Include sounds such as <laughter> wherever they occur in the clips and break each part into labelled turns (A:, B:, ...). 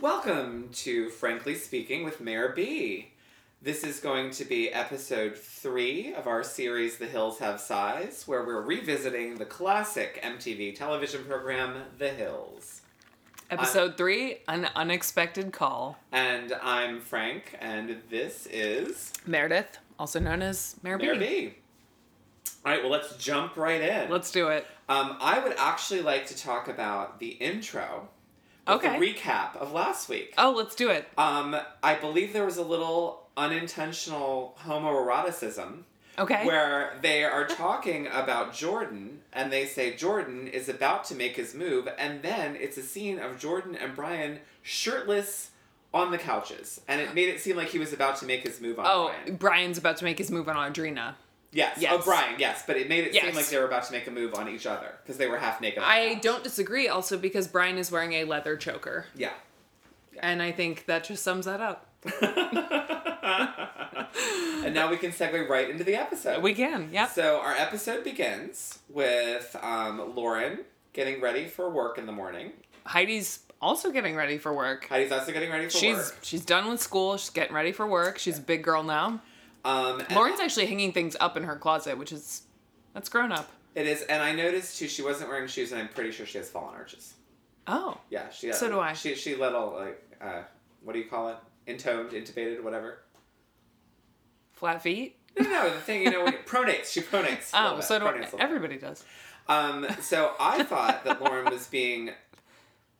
A: Welcome to Frankly Speaking with Mayor B. This is going to be episode three of our series The Hills Have Size, where we're revisiting the classic MTV television program The Hills.
B: Episode three, an unexpected call.
A: And I'm Frank, and this is
B: Meredith, also known as Mayor B.
A: Mayor B. All right, well, let's jump right in.
B: Let's do it.
A: Um, I would actually like to talk about the intro. with
B: Okay.
A: The recap of last week.
B: Oh, let's do it.
A: Um, I believe there was a little unintentional homoeroticism
B: Okay.
A: where they are talking about Jordan and they say Jordan is about to make his move, and then it's a scene of Jordan and Brian shirtless on the couches, and it made it seem like he was about to make his move on
B: oh,
A: Brian.
B: Brian's about to make his move on Audrina.
A: Yes.
B: yes.
A: oh Brian, yes, but it made it seem
B: Yes.
A: like they were about to make a move on each other because they were half naked. on the
B: I
A: couch.
B: don't disagree also because Brian is wearing a leather choker.
A: Yeah. <laughs>
B: And I think that just sums that up.
A: And now we can segue right into the episode.
B: We can, yep.
A: So our episode begins with um, Lauren getting ready for work in the morning.
B: Heidi's also getting ready for work.
A: Heidi's also getting ready for
B: She's
A: work.
B: she's done with school, she's getting ready for work. She's a big girl now.
A: Um, and
B: Lauren's actually hanging things up in her closet, which is that's grown up.
A: It is, and I noticed too. She wasn't wearing shoes, and I'm pretty sure she has fallen arches.
B: Oh.
A: Yeah, she.
B: So do I.
A: She she let all like uh, what do you call it? Intoned, intubated, whatever.
B: Flat feet?
A: No, no, the thing you know, when
B: <laughs>
A: it, pronates. She pronates. a little
B: Oh,
A: bit,
B: so do I,
A: pronates a little
B: everybody does.
A: Um, so
B: <laughs>
A: I thought that Lauren was being.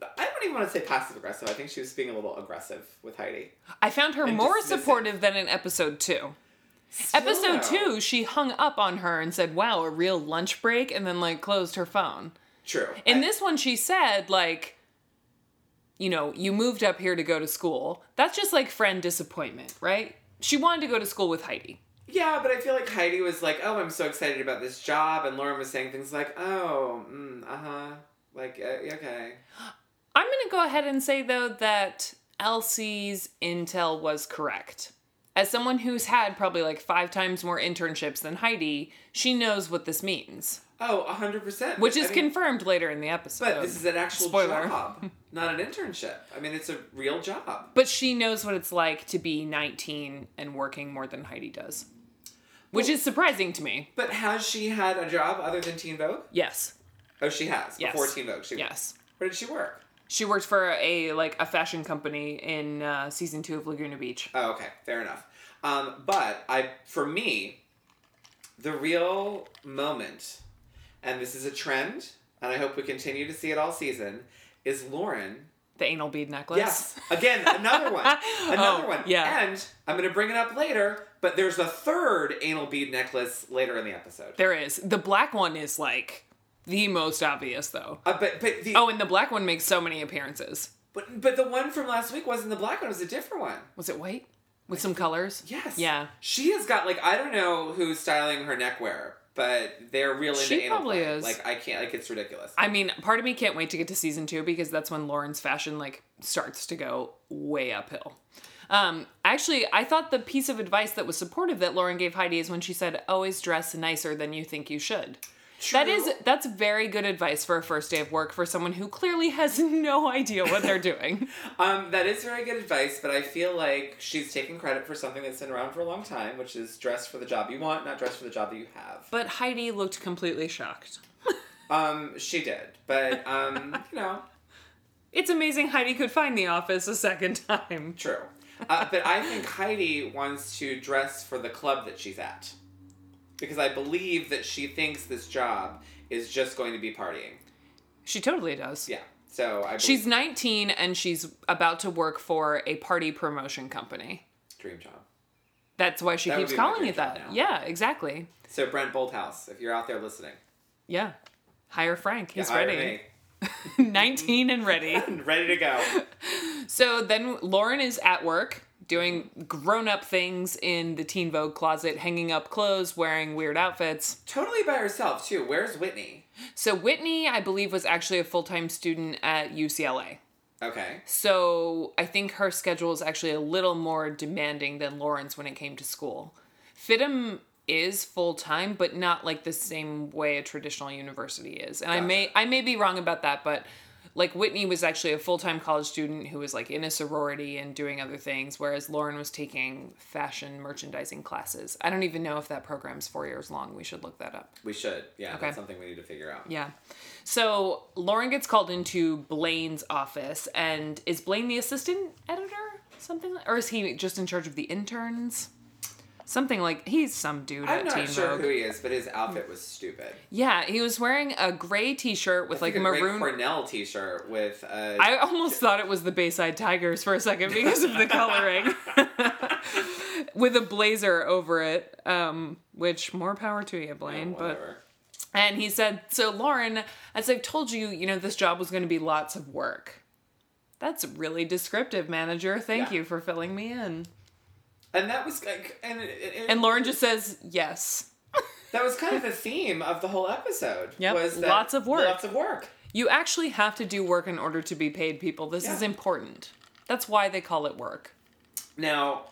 A: I don't even want to say passive aggressive. I think she was being a little aggressive with Heidi.
B: I found her
A: And
B: more
A: dismissive.
B: supportive than in episode two. Episode
A: Still,
B: two, she hung up on her and said, "Wow, a real lunch break," and then like closed her phone.
A: True.
B: In
A: I-
B: this one, she said like, "You know, you moved up here to go to school. That's just like friend disappointment, right?" She wanted to go to school with Heidi.
A: Yeah, but I feel like Heidi was like, "Oh, I'm so excited about this job," and Lauren was saying things like, "Oh, mm, uh huh." Like uh, okay,
B: I'm gonna go ahead and say though that Elsie's intel was correct. As someone who's had probably like five times more internships than Heidi, she knows what this means,
A: oh, hundred percent.
B: which is
A: I mean,
B: confirmed later in the episode.
A: But this is an actual
B: Spoiler. <laughs>
A: job, not an internship. I mean, it's a real job.
B: But she knows what it's like to be 19 and working more than Heidi does, which is surprising to me.
A: But has she had a job other than Teen Vogue?
B: Yes,
A: Oh, she has.
B: Yes.
A: Before Teen Vogue, she
B: yes.
A: Where did she work?
B: She worked for a like a fashion company in uh, season two of Laguna Beach.
A: Oh, okay, fair enough. Um, but I, for me, the real moment, and this is a trend, and I hope we continue to see it all season, is Lauren.
B: The anal bead necklace.
A: Yes, again, another
B: <laughs>
A: one, another
B: Oh,
A: one.
B: yeah.
A: and I'm gonna bring it up later. But there's a third anal bead necklace later in the episode.
B: There is the black one is like the most obvious though.
A: Uh, but but the
B: Oh, and the black one makes so many appearances.
A: but, but the one from last week wasn't the black one; it was a different one.
B: Was it white with some colors?
A: Yes.
B: Yeah.
A: She has got like I don't know who's styling her neckwear, but they're real into
B: She
A: anal
B: probably
A: play.
B: is.
A: Like I can't like it's ridiculous.
B: I mean, part of me can't wait to get to season two because that's when Lauren's fashion like starts to go way uphill. Um, actually, I thought the piece of advice that was supportive that Lauren gave Heidi is when she said, "Always dress nicer than you think you should." That
A: True.
B: is that's very good advice for a first day of work for someone who clearly has <laughs> no idea what they're doing.
A: Um, that is very good advice, but I feel like she's taking credit for something that's been around for a long time, which is dress for the job you want, not dress for the job that you have.
B: <laughs> but Heidi looked completely shocked.
A: Um, she did, but
B: <laughs>
A: um, you know,
B: It's amazing Heidi could find the office a second time.
A: true. Uh, but I think Heidi wants to dress for the club that she's at, because I believe that she thinks this job is just going to be partying.
B: She totally does.
A: Yeah. So I believe
B: She's 19 and she's about to work for a party promotion company.
A: dream job.
B: That's why she
A: That would
B: keeps
A: be my
B: calling
A: dream
B: it
A: job
B: that.
A: now.
B: Yeah, exactly.
A: So Brent Bolthouse, if you're out there listening,
B: Yeah. Hire Frank. He's
A: hire
B: <laughs>
A: Mm-hmm.
B: ready. 19
A: <laughs>
B: and <laughs> ready.
A: me. Ready to go.
B: So then Lauren is at work doing grown up things in the Teen Vogue closet, hanging up clothes, wearing weird outfits.
A: totally by herself too. Where's Whitney?
B: So Whitney, I believe, was actually a full time student at UCLA.
A: Okay.
B: So I think her schedule is actually a little more demanding than Lauren's when it came to school. Fidham is full time, but not like the same way a traditional university is. And I may I may be wrong about that, but like Whitney was actually a full time college student who was like in a sorority and doing other things, whereas Lauren was taking fashion merchandising classes. I don't even know if that program's four years long. We should look that up.
A: We should. Yeah,
B: Okay.
A: that's something we need to figure out.
B: Yeah. So Lauren gets called into Blaine's office, and is Blaine the assistant editor? Something, like- or is he just in charge of the interns? Something like he's some dude
A: I'm
B: at
A: not
B: Teen
A: sure
B: Vogue.
A: who he is, but his outfit was stupid.
B: Yeah, he was wearing a gray T-shirt with like
A: a Ray
B: maroon.
A: Cornell T-shirt with uh,
B: I almost thought it was the Bayside Tigers for a second
A: <laughs>
B: because of the coloring. <laughs> With a blazer over it, um, which more power to you, Blaine. but
A: whatever.
B: and he said, so Lauren, as I've told you, you know this job was going to be lots of work. That's really descriptive, manager. Thank
A: Yeah.
B: you for filling me in.
A: and that was like, and, and,
B: And Lauren just says yes.
A: that was kind of the theme of the whole episode.
B: Yep,
A: was that
B: lots of work.
A: Lots of work.
B: You actually have to do work in order to be paid, people. This is
A: Yeah.
B: important. That's why they call it work.
A: Now,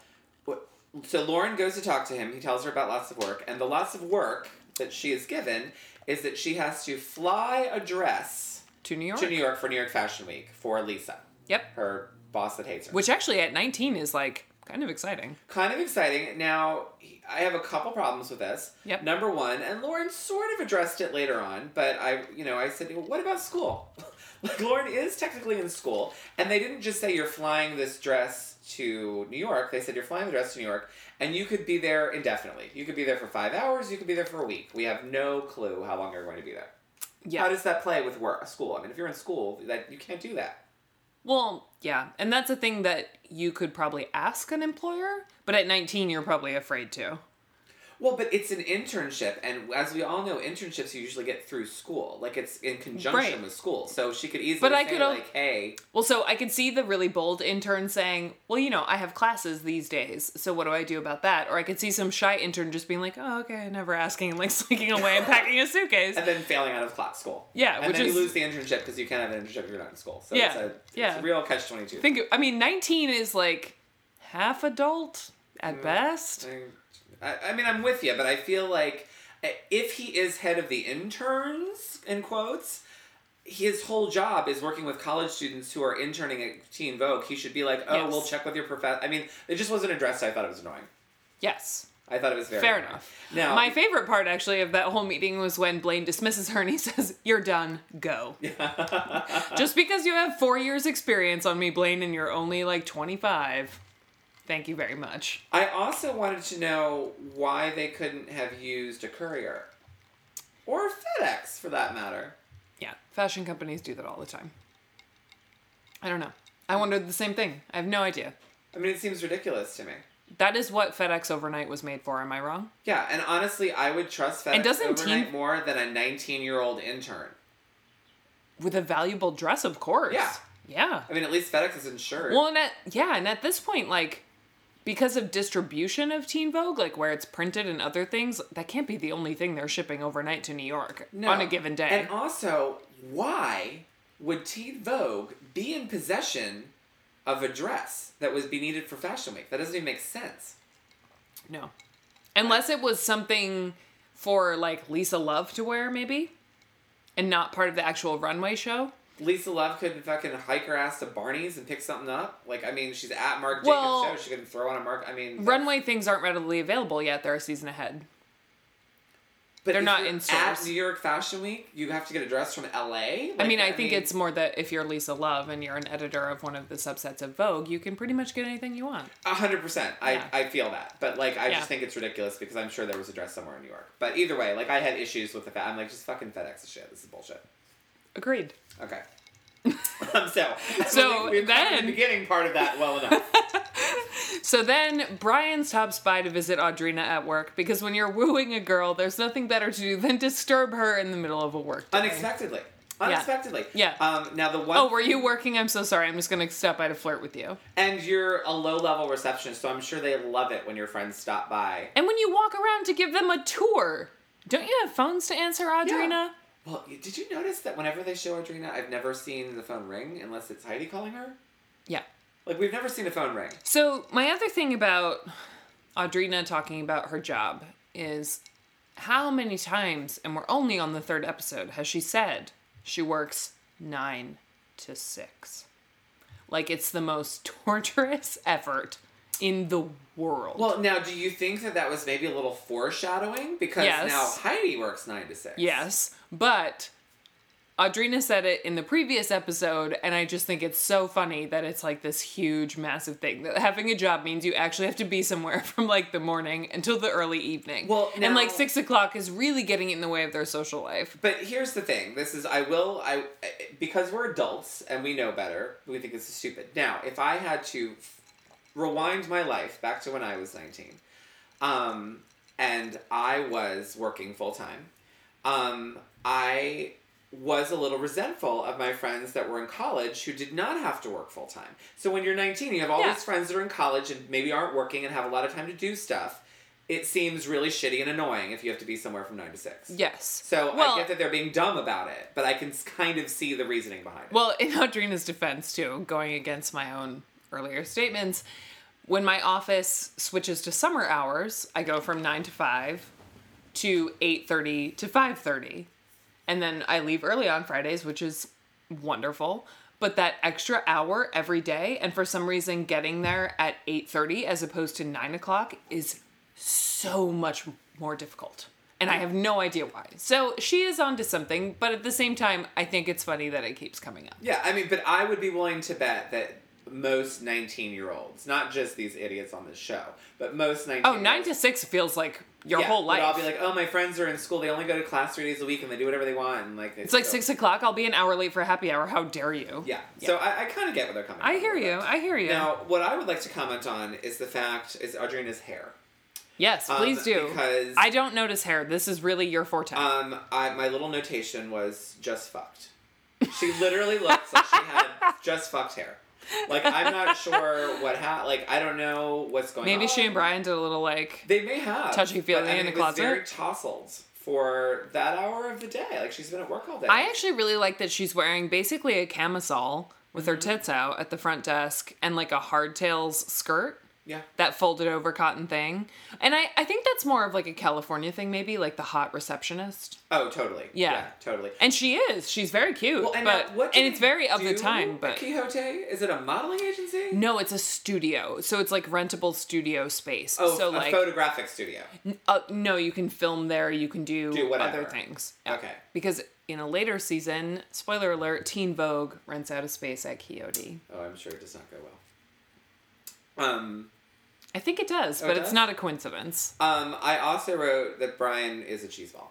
A: wh- so Lauren goes to talk to him. He tells her about lots of work, and the lots of work that she is given is that she has to fly a dress
B: To New York.
A: to New York for New York Fashion Week for Lisa,
B: Yep.
A: her boss that hates her.
B: Which actually at 19 is like kind of exciting.
A: kind of exciting. Now, he- I have a couple problems with this.
B: Yep.
A: Number one, and Lauren sort of addressed it later on, but I, you know, I said, well, what about school? <laughs> like, Lauren is technically in school, and they didn't just say you're flying this dress to New York. They said you're flying the dress to New York, and you could be there indefinitely. You could be there for five hours. You could be there for a week. We have no clue how long you're going to be there.
B: Yeah.
A: How does that play with work, school? I mean, if you're in school, that you can't do that.
B: well, yeah. And that's a thing that you could probably ask an employer, but at 19 you're probably afraid to.
A: Well, but it's an internship, and as we all know, internships you usually get through school. Like it's in conjunction
B: Right.
A: with school, so she could easily
B: But I
A: say
B: could al-
A: like, "Hey,
B: Well, so I could see the really bold intern saying, "Well, you know, I have classes these days, so what do I do about that?" Or I could see some shy intern just being like, "Oh, okay," never asking, <laughs> and like slinking away and packing a suitcase.
A: and then failing out of class school."
B: Yeah,
A: and
B: which
A: then
B: is-
A: you lose the internship because you can't have an internship if you're not in school. So it's
B: Yeah,
A: a, it's
B: yeah.
A: a real catch twenty two.
B: Think I mean 19 is like half adult at best.
A: I, I mean, I'm with you, but I feel like eh, if he is head of the interns, in quotes, his whole job is working with college students who are interning at Teen Vogue. He should be like, "Oh,
B: Yes.
A: we'll check with your professor." I mean, it just wasn't addressed. I thought it was annoying.
B: Yes.
A: I thought it was very
B: Fair
A: annoying.
B: enough.
A: Now,
B: My favorite part, actually, of that whole meeting was when Blaine dismisses her and he <laughs> says, You're done, go. Just because you have four years' experience on me, Blaine, and you're only like 25, thank you very much.
A: I also wanted to know why they couldn't have used a courier or FedEx for that matter.
B: Yeah, fashion companies do that all the time. I don't know. I wondered the same thing. I have no idea.
A: I mean, it seems ridiculous to me.
B: That is what FedEx Overnight was made for, am I wrong?
A: Yeah, and honestly, I would trust FedEx
B: doesn't
A: overnight
B: Teen-
A: more than a 19 year old intern.
B: With a valuable dress, of course.
A: Yeah.
B: Yeah.
A: I mean, at least FedEx is insured.
B: Well, and at, yeah, and at this point, like, because of distribution of Teen Vogue, like where it's printed and other things, that can't be the only thing they're shipping overnight to New York
A: No.
B: on a given day.
A: And also, why would Teen Vogue be in possession of a dress that would be needed for Fashion Week? That doesn't even make sense.
B: no, unless it was something for like Lisa Love to wear, maybe, and not part of the actual runway show.
A: Lisa Love couldn't fucking hike her ass to Barney's and pick something up. Like, I mean, she's at Mark Jacobs'
B: Well-
A: show. She couldn't throw on a Mark. I mean,
B: Runway things aren't readily available yet; they're a season ahead.
A: but
B: they're
A: if
B: not
A: you're
B: in
A: At
B: stores.
A: New York Fashion Week, you have to get a dress from LA.
B: I mean, I think it's more that if you're Lisa Love and you're an editor of one of the subsets of Vogue, you can pretty much get anything you want.
A: hundred percent. I
B: Yeah.
A: I feel that, but like, I
B: Yeah.
A: just think it's ridiculous because I'm sure there was a dress somewhere in New York. But either way, like, I had issues with the fact. I'm like, just fucking FedEx this shit. This is bullshit.
B: Agreed. <laughs>
A: Okay. um, so
B: So
A: we- we've covered
B: then-
A: the beginning part of that well
B: <laughs>
A: enough.
B: So then Brian stops by to visit Audrina at work because when you're wooing a girl, there's nothing better to do than disturb her in the middle of a work day.
A: Unexpectedly. Unexpectedly.
B: Yeah.
A: Um, now the one.
B: Oh, were you working? I'm so sorry. I'm just gonna stop by to flirt with you.
A: And you're a low level receptionist, so I'm sure they love it when your friends stop by.
B: And when you walk around to give them a tour, don't you have phones to answer, Audrina?
A: Well, y- did you notice that whenever they show Adrena, I've never seen the phone ring unless it's Heidi calling her?
B: Yeah.
A: Like, we've never seen a phone ring.
B: So my other thing about Audrina talking about her job is how many times, and we're only on the third episode, has she said she works nine to six. Like it's the most <laughs> torturous effort in the world.
A: Well, now, do you think that that was maybe a little foreshadowing? Because
B: Yes.
A: now Heidi works nine to six.
B: Yes, but Audrina said it in the previous episode, and I just think it's so funny that it's like this huge, massive thing that having a job means you actually have to be somewhere <laughs> from like the morning until the early evening.
A: Well,
B: and like
A: now-
B: six o'clock is really getting in the way of their social life.
A: But here's the thing. This is I will I because we're adults and we know better. We think this is stupid. Now, if I had to rewind my life back to when I was 19, um, and I was working full time, um, I was a little resentful of my friends that were in college who did not have to work full time. So when you're 19, you have all
B: Yeah.
A: these friends that are in college and maybe aren't working and have a lot of time to do stuff. It seems really shitty and annoying if you have to be somewhere from nine to six.
B: Yes.
A: So
B: Well-
A: I get that they're being dumb about it, but I can s- kind of see the reasoning behind it.
B: Well, <laughs> in Audrina's defense, too, going against my own earlier statements, when my office switches to summer hours, I go from nine to five to eight thirty to five thirty, and then I leave early on Fridays, which is wonderful. But that extra hour every day, and for some reason, getting there at eight thirty as opposed to nine o'clock is so much more difficult. And I have no idea why. So she is onto something, but at the same time, I think it's funny that it keeps coming up.
A: yeah, I mean, but I would be willing to bet that most 19 year olds, not just these idiots on this show, but most 19
B: Oh, nine to six feels like your whole life.
A: I'll be like, oh, my friends are in school. They only go to class three days a week and they do whatever they want. And like,
B: it's like six o'clock. I'll be an hour late for happy hour. How dare you?
A: Yeah. So I, I kind of get where they're coming from.
B: I
A: a
B: hear
A: little
B: you.
A: bit.
B: I hear you.
A: Now, what I would like to comment on is the fact is Audrina's hair.
B: yes,
A: Um,
B: please do.
A: Because
B: I don't notice hair. This is really your forte.
A: Um, I my little notation was just fucked. She literally looks like she had
B: <laughs>
A: just fucked hair. Like I'm not sure what ha- like I don't know what's going on.
B: Maybe she and Brian did a little like.
A: um, They may have
B: touchy-feely
A: but, I mean,
B: in the
A: it was
B: closet.
A: Very tousled for that hour of the day. Like she's been at work all day.
B: I actually really like that she's wearing basically a camisole with her
A: Mm-hmm.
B: tits out at the front desk and like a hardtails skirt.
A: yeah.
B: that folded over cotton thing. And I, I think that's more of like a California thing, maybe, like the hot receptionist.
A: Oh, totally.
B: Yeah.
A: totally.
B: And she is. She's very cute.
A: Well, and
B: but,
A: now, what do
B: and it's
A: they
B: very of the
A: do
B: time,
A: at
B: but
A: Quixote is it a modeling agency?
B: no, it's a studio. So it's like rentable studio space.
A: Oh, a
B: so like
A: photographic studio.
B: uh, no, you can film there, you can do,
A: Do whatever.
B: other things.
A: Okay.
B: Because in a later season, spoiler alert, Teen Vogue rents out a space at Quixote.
A: Oh, I'm sure it does not go well. Um.
B: I think it does, but
A: Oh, it
B: it's
A: does?
B: not a coincidence.
A: Um, I also wrote that Brian is a cheese ball.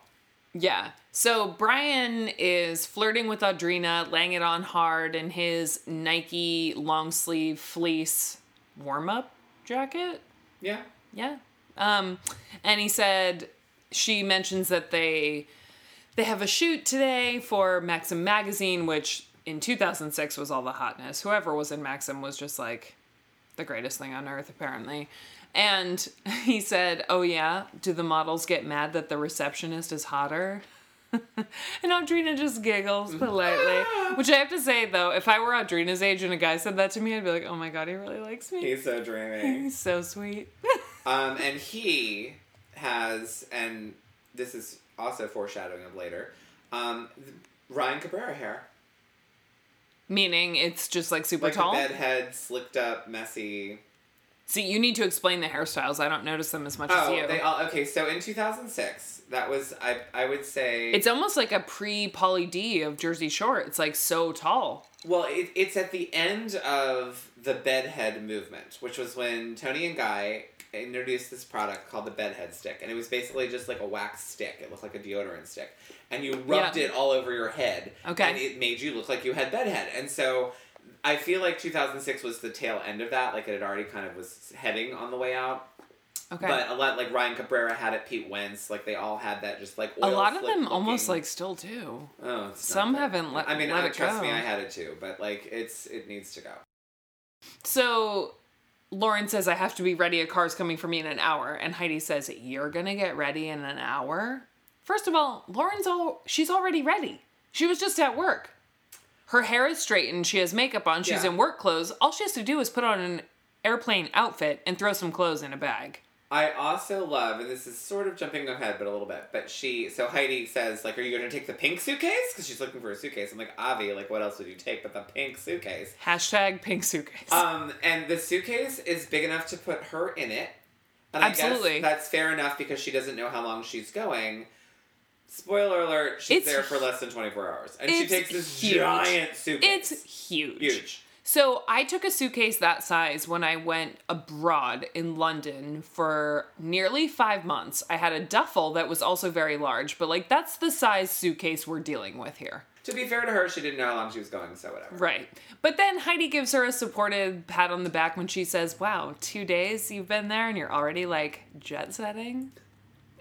B: Yeah. So Brian is flirting with Audrina, laying it on hard in his Nike long sleeve fleece warm up jacket.
A: Yeah.
B: Yeah. Um, and he said she mentions that they they have a shoot today for Maxim magazine, which in 2006 was all the hotness. Whoever was in Maxim was just like the greatest thing on earth, apparently. And <laughs> he said, "Oh yeah, do the models get mad that the receptionist is hotter?" <laughs> and Audrina just giggles politely. Which I have to say though, if I were Audrina's age and a guy said that to me, I'd be like, "Oh my god, he really likes me."
A: He's so
B: <laughs>
A: dreamy.
B: He's so sweet.
A: um, and he has, and this is also foreshadowing of later, um, th- Ryan Cabrera hair.
B: Meaning it's just like super
A: Like
B: tall.
A: the bedhead, slicked up, messy.
B: See, you need to explain the hairstyles. I don't notice them as much
A: Oh,
B: as you.
A: they all, okay, so in 2006, that was, I, I would say,
B: it's almost like a pre Polly D of Jersey Shore. It's like so tall.
A: well, it, it's at the end of the bedhead movement, which was when Tony and Guy introduced this product called the bedhead stick. And it was basically just like a wax stick. It looked like a deodorant stick. And you rubbed
B: Yeah.
A: it all over your head.
B: Okay.
A: And it made you look like you had bedhead. And so I feel like 2006 was the tail end of that. Like it had already kind of was heading on the way out.
B: Okay.
A: But a lot, like Ryan Cabrera had it, Pete Wentz, like they all had that just like
B: a
A: oil
B: lot of
A: slick
B: them almost
A: looking-
B: like still do.
A: Oh, it's not
B: Some
A: good.
B: haven't let-
A: I mean,
B: let
A: I,
B: it
A: trust me,
B: go.
A: I had it too, but like, it's it needs to go.
B: So Lauren says, I have to be ready. A car's coming for me in an hour. And Heidi says, You're going to get ready in an hour? First of all, Lauren's all, she's already ready. She was just at work. Her hair is straightened. She has makeup on. She's
A: Yeah.
B: in work clothes. All she has to do is put on an airplane outfit and throw some clothes in a bag.
A: I also love, and this is sort of jumping ahead, but a little bit. But she, so Heidi says, like, "Are you going to take the pink suitcase?" Because she's looking for a suitcase. I'm like, Avi, like, what else would you take but the pink suitcase?
B: Hashtag pink suitcase.
A: Um, and the suitcase is big enough to put her in it. And I
B: Absolutely.
A: guess that's fair enough because she doesn't know how long she's going. Spoiler alert, she's
B: It's
A: there for less than 24 hours. And she
B: it's
A: takes this
B: huge.
A: giant suitcase.
B: it's huge.
A: huge.
B: So I took a suitcase that size when I went abroad in London for nearly five months. I had a duffel that was also very large, but like that's the size suitcase we're dealing with here.
A: To be fair to her, she didn't know how long she was going, so whatever.
B: Right. But then Heidi gives her a supportive pat on the back when she says, Wow, two days you've been there and you're already like jet setting.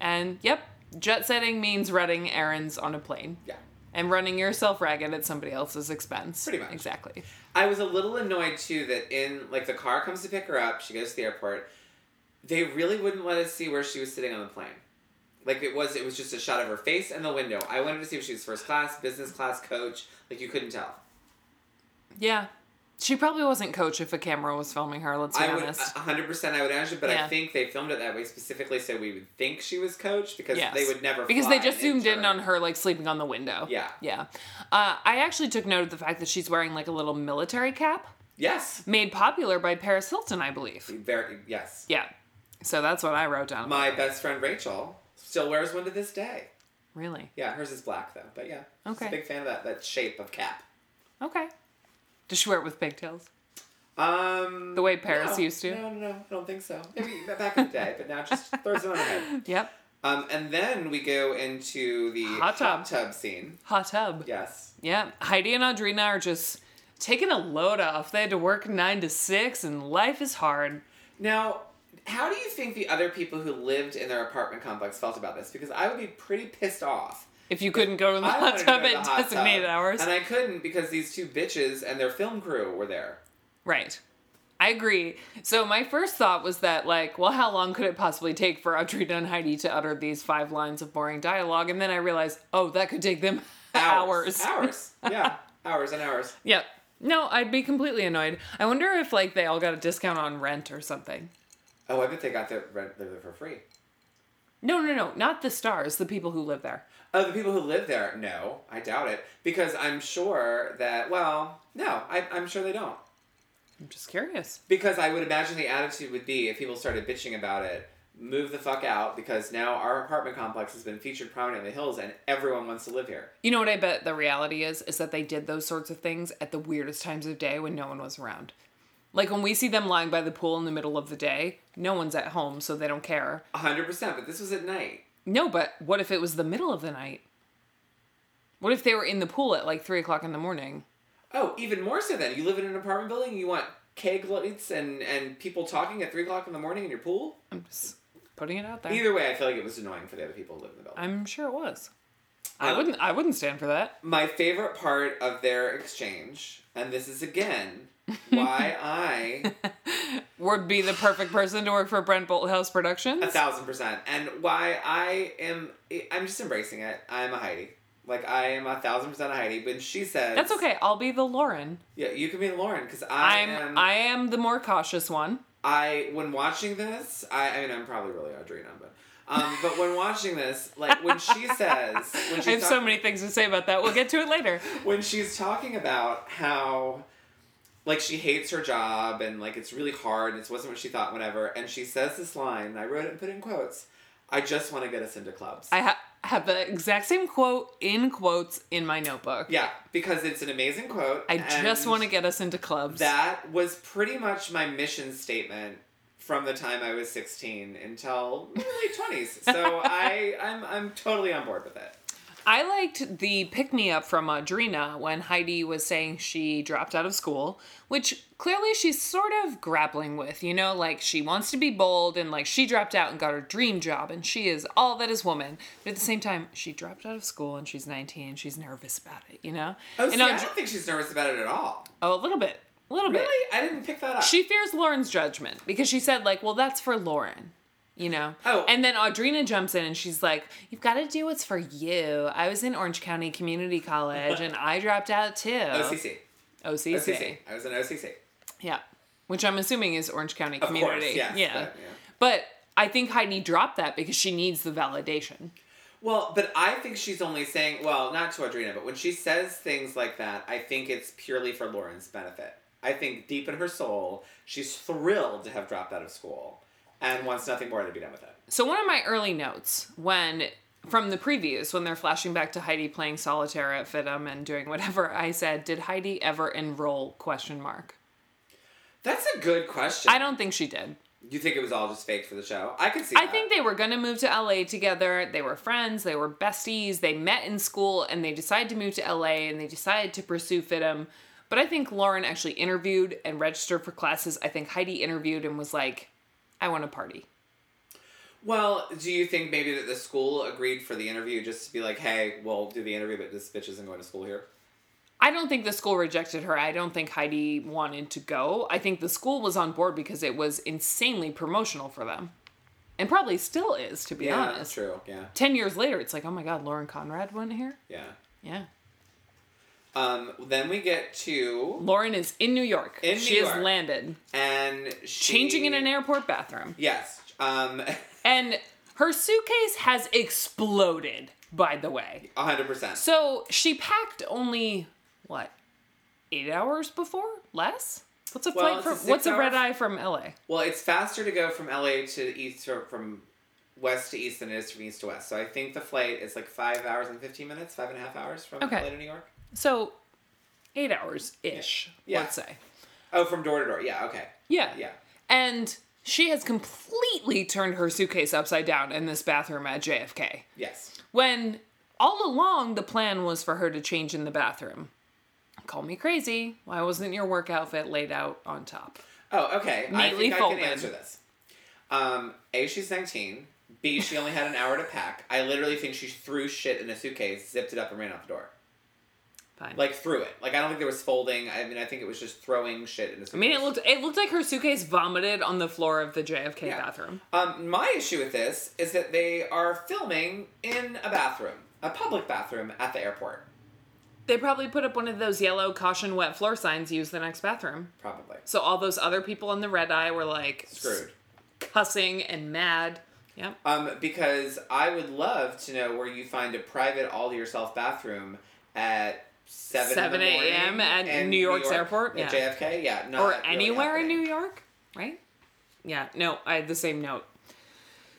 B: And yep, jet setting means running errands on a plane
A: Yeah.
B: and running yourself ragged at somebody else's expense.
A: Pretty much.
B: Exactly.
A: I was a little annoyed too that in, like, the car comes to pick her up, she goes to the airport. They really wouldn't let us see where she was sitting on the plane. Like it was, it was just a shot of her face and the window. I wanted to see if she was first class, business class, coach. Like you couldn't tell.
B: Yeah. She probably wasn't coach if a camera was filming her, let's be
A: I would uh,
B: honest.
A: a hundred percent. I would imagine, but
B: Yeah.
A: I think they filmed it that way specifically so we would think she was coached because
B: Yes.
A: they would never
B: because
A: fly
B: they just
A: an
B: zoomed in
A: intern.
B: on her like sleeping on the window.
A: Yeah.
B: Yeah. Uh, I actually took note of the fact that she's wearing like a little military cap
A: Yes,
B: made popular by Paris Hilton, I believe.
A: very yes.
B: Yeah. So that's what I wrote down.
A: My best friend Rachel still wears one to this day.
B: really?
A: Yeah, hers is black though, but yeah, she's
B: Okay.
A: a big fan of that that shape of cap.
B: Okay. Does she wear it with pigtails?
A: Um,
B: The way Paris
A: no,
B: used to?
A: No, no, no, I don't think so. Maybe back in the day, but now just
B: <laughs>
A: throws it on her head.
B: Yep.
A: Um, and then we go into the
B: Hot tub.
A: tub scene.
B: Hot tub. Yeah.
A: Yes.
B: Heidi and Audrina are just taking a load off. They had to work nine to six and life is hard.
A: Now, how do you think the other people who lived in their apartment complex felt about this? Because I would be pretty pissed off.
B: If you couldn't go to the
A: I
B: <laughs> hot
A: wanted to go
B: tub
A: to the
B: at
A: hot tub,
B: designated hours.
A: And I couldn't because these two bitches and their film crew were there.
B: Right. I agree. So my first thought was that, like, well, how long could it possibly take for Audrey and Heidi to utter these five lines of boring dialogue? And then I realized, oh, that could take them <laughs> hours.
A: Hours. Hours.
B: <laughs>
A: yeah. Hours and hours.
B: Yep. No, I'd be completely annoyed. I wonder if like they all got a discount on rent or something.
A: Oh, I bet they got their rent there for free.
B: No, no, no, not the stars, the people who live there.
A: Oh, the people who live there? No, I doubt it. Because I'm sure that, well, no, I, I'm sure they don't.
B: I'm just curious.
A: Because I would imagine the attitude would be if people started bitching about it, move the fuck out because now our apartment complex has been featured prominently in the hills and everyone wants to live here.
B: You know what I bet the reality is is that they did those sorts of things at the weirdest times of day when no one was around. Like when we see them lying by the pool in the middle of the day, no one's at home, so they don't care.
A: A 100%, but this was at night.
B: No, but what if it was the middle of the night? What if they were in the pool at like three o'clock in the morning?
A: Oh, even more so then. You live in an apartment building, you want keg lights and, and people talking at 3 o'clock in the morning in your pool?
B: I'm just putting it out there.
A: Either way, I feel like it was annoying for the other people who live in the building.
B: I'm sure it was. I
A: Um,
B: wouldn't. I wouldn't stand for that.
A: My favorite part of their exchange, and this is again why
B: <laughs>
A: I
B: Would be the perfect person to work for Brent Bolthouse Productions.
A: a thousand percent, and why I am I'm just embracing it. I'm a Heidi. Like I am a thousand percent a Heidi. When she says
B: That's okay. I'll be the Lauren.
A: Yeah, you can be Lauren because I
B: I'm.
A: am.
B: I am the more cautious one.
A: I when watching this, I, I mean I'm probably really Audrina, but um, but when watching this, like when
B: <laughs>
A: she says when she's
B: I have so
A: talking-
B: many things to say about that. We'll get to it later.
A: when she's talking about how like she hates her job and like it's really hard and it wasn't what she thought whatever and she says this line and i wrote it and put it in quotes i just want to get us into clubs
B: I ha- have the exact same quote in quotes in my notebook.
A: yeah because it's an amazing quote
B: I just want to
A: to
B: get us into clubs.
A: that was pretty much my mission statement from the time i was 16 until my
B: <laughs>
A: late 20s so i I'm, I'm totally on board with it
B: I liked the pick me up from Audrina when Heidi was saying she dropped out of school, which clearly she's sort of grappling with. You know, like she wants to be bold and like she dropped out and got her dream job and she is all that is woman. But at the same time, she dropped out of school and she's 19 and she's nervous about it, you know?
A: oh
B: and
A: see, i
B: Audr-
A: don't think she's nervous about it at all
B: oh, a little bit. A little bit.
A: really i didn't pick that up
B: She fears Lauren's judgment because she said, like, well, that's for Lauren, you know?
A: Oh.
B: And then Audrina jumps in and she's like, you've got to do what's for you. I was in Orange County Community College and I dropped out too.
A: occ
B: OCC.
A: occ i was an occ
B: Yeah. Which I'm assuming is Orange County Community.
A: yes,
B: yeah.
A: but, yeah.
B: But I think Heidi dropped that because she needs the validation.
A: Well, but I think she's only saying, well, not to Audrina, but when she says things like that, I think it's purely for Lauren's benefit. I think deep in her soul, she's thrilled to have dropped out of school and wants nothing more than to be done with it.
B: So one of my early notes when from the previews when they're flashing back to Heidi playing solitaire at Fidham and doing whatever I said, did Heidi ever enroll question mark?
A: That's a good question.
B: I don't think she did.
A: You think it was all just faked for the show? I could see.
B: I
A: that.
B: think they were going to move to LA together. They were friends, they were besties, they met in school and they decided to move to LA and they decided to pursue Fidham. But I think Lauren actually interviewed and registered for classes. I think Heidi interviewed and was like, I want to party.
A: Well, do you think maybe that the school agreed for the interview just to be like, hey, we'll do the interview, but this bitch isn't going to school here?
B: I don't think the school rejected her. I don't think Heidi wanted to go. I think the school was on board because it was insanely promotional for them. And probably still is, to be
A: Yeah,
B: honest.
A: true. Yeah,
B: 10 years later, it's like, oh my God, Lauren Conrad went here?
A: yeah.
B: Yeah.
A: Um, then we get to
B: Lauren is in New York.
A: In
B: she
A: New
B: has
A: York.
B: landed,
A: and she,
B: changing in an airport bathroom.
A: Yes. Um, <laughs>
B: And her suitcase has exploded, by the way.
A: hundred percent.
B: So she packed only, what, eight hours before? Less? What's a
A: Well,
B: flight
A: it's
B: from,
A: a
B: what's a
A: six-hour-
B: red eye from LA?
A: Well, it's faster to go from LA to east or from west to east than it is from east to west. So I think the flight is like five hours and fifteen minutes, five and a half hours from
B: Okay.
A: LA to New York.
B: So, eight hours ish,
A: Yeah.
B: let's say.
A: Oh, from door to door. Yeah. Okay.
B: Yeah.
A: Yeah.
B: And she has completely turned her suitcase upside down in this bathroom at JFK.
A: Yes.
B: When all along the plan was for her to change in the bathroom. Call me crazy. Why wasn't your work outfit laid out on top?
A: Oh, okay. I
B: Neatly
A: think I
B: folded.
A: can answer this. Um, A, she's 19. B, she only had an hour to pack. I literally think she threw shit in a suitcase, zipped it up, and ran out the door.
B: Fine.
A: Like, threw it. Like, I don't think there was folding. I mean, I think it was just throwing shit in a suitcase.
B: I mean, it looked it looked like her suitcase vomited on the floor of the JFK
A: Yeah.
B: bathroom.
A: Um, my issue with this is that they are filming in a bathroom, a public bathroom at the airport,
B: They probably put up one of those yellow caution wet floor signs. Use the next bathroom.
A: probably.
B: So all those other people in the red eye were like
A: Screwed.
B: cussing and mad. Yep.
A: Um, because I would love to know where you find a private all to yourself bathroom at 7, in the
B: 7 a.m.
A: morning
B: at
A: in
B: New York's airport?
A: At
B: Yeah.
A: JFK? Yeah. Not
B: or
A: really
B: anywhere in
A: happening.
B: New York, right? Yeah, no, I had the same note.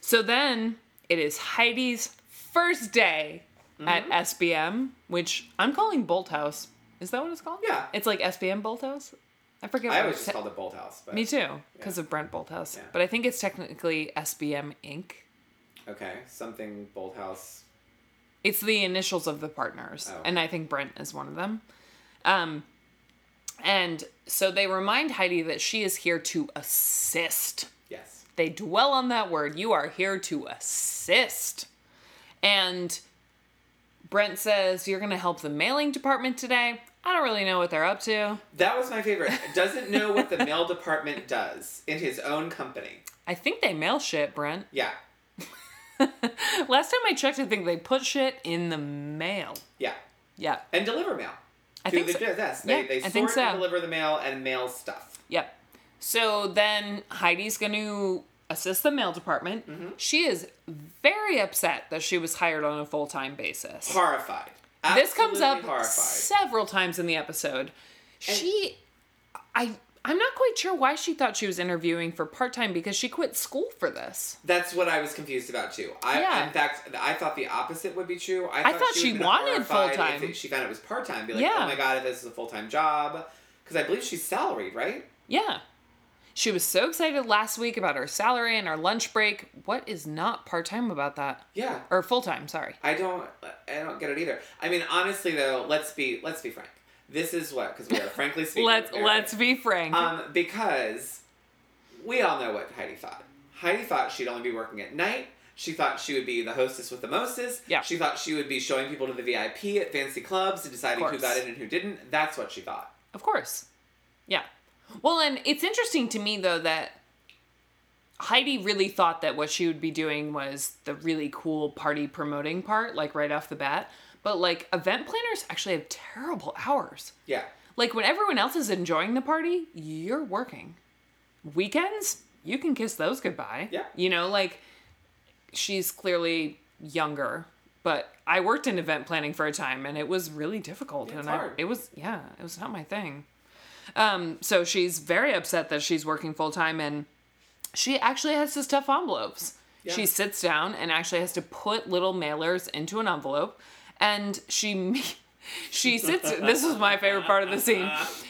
B: So then it is Heidi's first day
A: Mm-hmm.
B: at SBM, which I'm calling Bolt House. Is that what it's called?
A: Yeah.
B: It's like SBM Bolt House? I forget
A: I
B: what
A: always
B: it's
A: just
B: te-
A: called it Bolt House. But,
B: Me too, because of Brent Bolt House. But I think it's technically SBM Inc.
A: Okay. Something Bolt House.
B: It's the initials of the partners,
A: Oh.
B: and I think Brent is one of them. Um, and so they remind Heidi that she is here to assist.
A: Yes.
B: They dwell on that word. You are here to assist. And Brent says, You're going to help the mailing department today. I don't really know what they're up to.
A: That was my favorite. Doesn't know what the
B: <laughs>
A: mail department does in his own company.
B: I think they mail shit, Brent. <laughs>
A: Yeah.
B: Last time I checked, I think they put shit in the mail.
A: Yeah.
B: Yeah.
A: And deliver mail.
B: I
A: Do
B: think
A: the
B: so.
A: yes,
B: Yeah,
A: they, they
B: I
A: sort
B: think so.
A: and deliver the mail and mail stuff.
B: Yep. So then Heidi's going to assist the mail department. She is very upset that she was hired on a full time basis.
A: Horrified.
B: this comes
A: Absolutely
B: up
A: horrified.
B: several times in the episode. she, I, I'm not quite sure why she thought she was interviewing for part time because she quit school for this.
A: That's what I was confused about too. I
B: Yeah.
A: in fact I thought the opposite would be true. I
B: thought she
A: would've been
B: wanted
A: horrified if
B: full-time.
A: it- She found it was part time. Be like,
B: Yeah.
A: oh my god, if this is a full time job, because I believe she's salaried, right?
B: Yeah. She was so excited last week about her salary and our lunch break. What is not part time about that?
A: Yeah.
B: Or full time, sorry.
A: I don't I don't get it either. I mean, honestly though, let's be let's be frank. This is what because we are
B: <laughs>
A: frankly speaking.
B: Let's
A: we are-
B: let's be frank.
A: Um, because we all know what Heidi thought. Heidi thought she'd only be working at night. She thought she would be the hostess with the mostest.
B: Yeah.
A: She thought she would be showing people to the VIP at fancy clubs and deciding who
B: course.
A: got in and who didn't. That's what she thought.
B: Of course. Yeah. Well, and it's interesting to me though that Heidi really thought that what she would be doing was the really cool party promoting part, like right off the bat. But like event planners actually have terrible hours.
A: Yeah.
B: Like when everyone else is enjoying the party, you're working. Weekends, you can kiss those goodbye.
A: Yeah.
B: You know, like she's clearly younger, but I worked in event planning for a time and it was really difficult.
A: It's
B: and
A: hard.
B: I it was yeah, it was not my thing. Um, so she's very upset that she's working full time and she actually has to stuff envelopes. She sits down and actually has to put little mailers into an envelope, and she <laughs> me- she sits. this was my favorite part of the scene.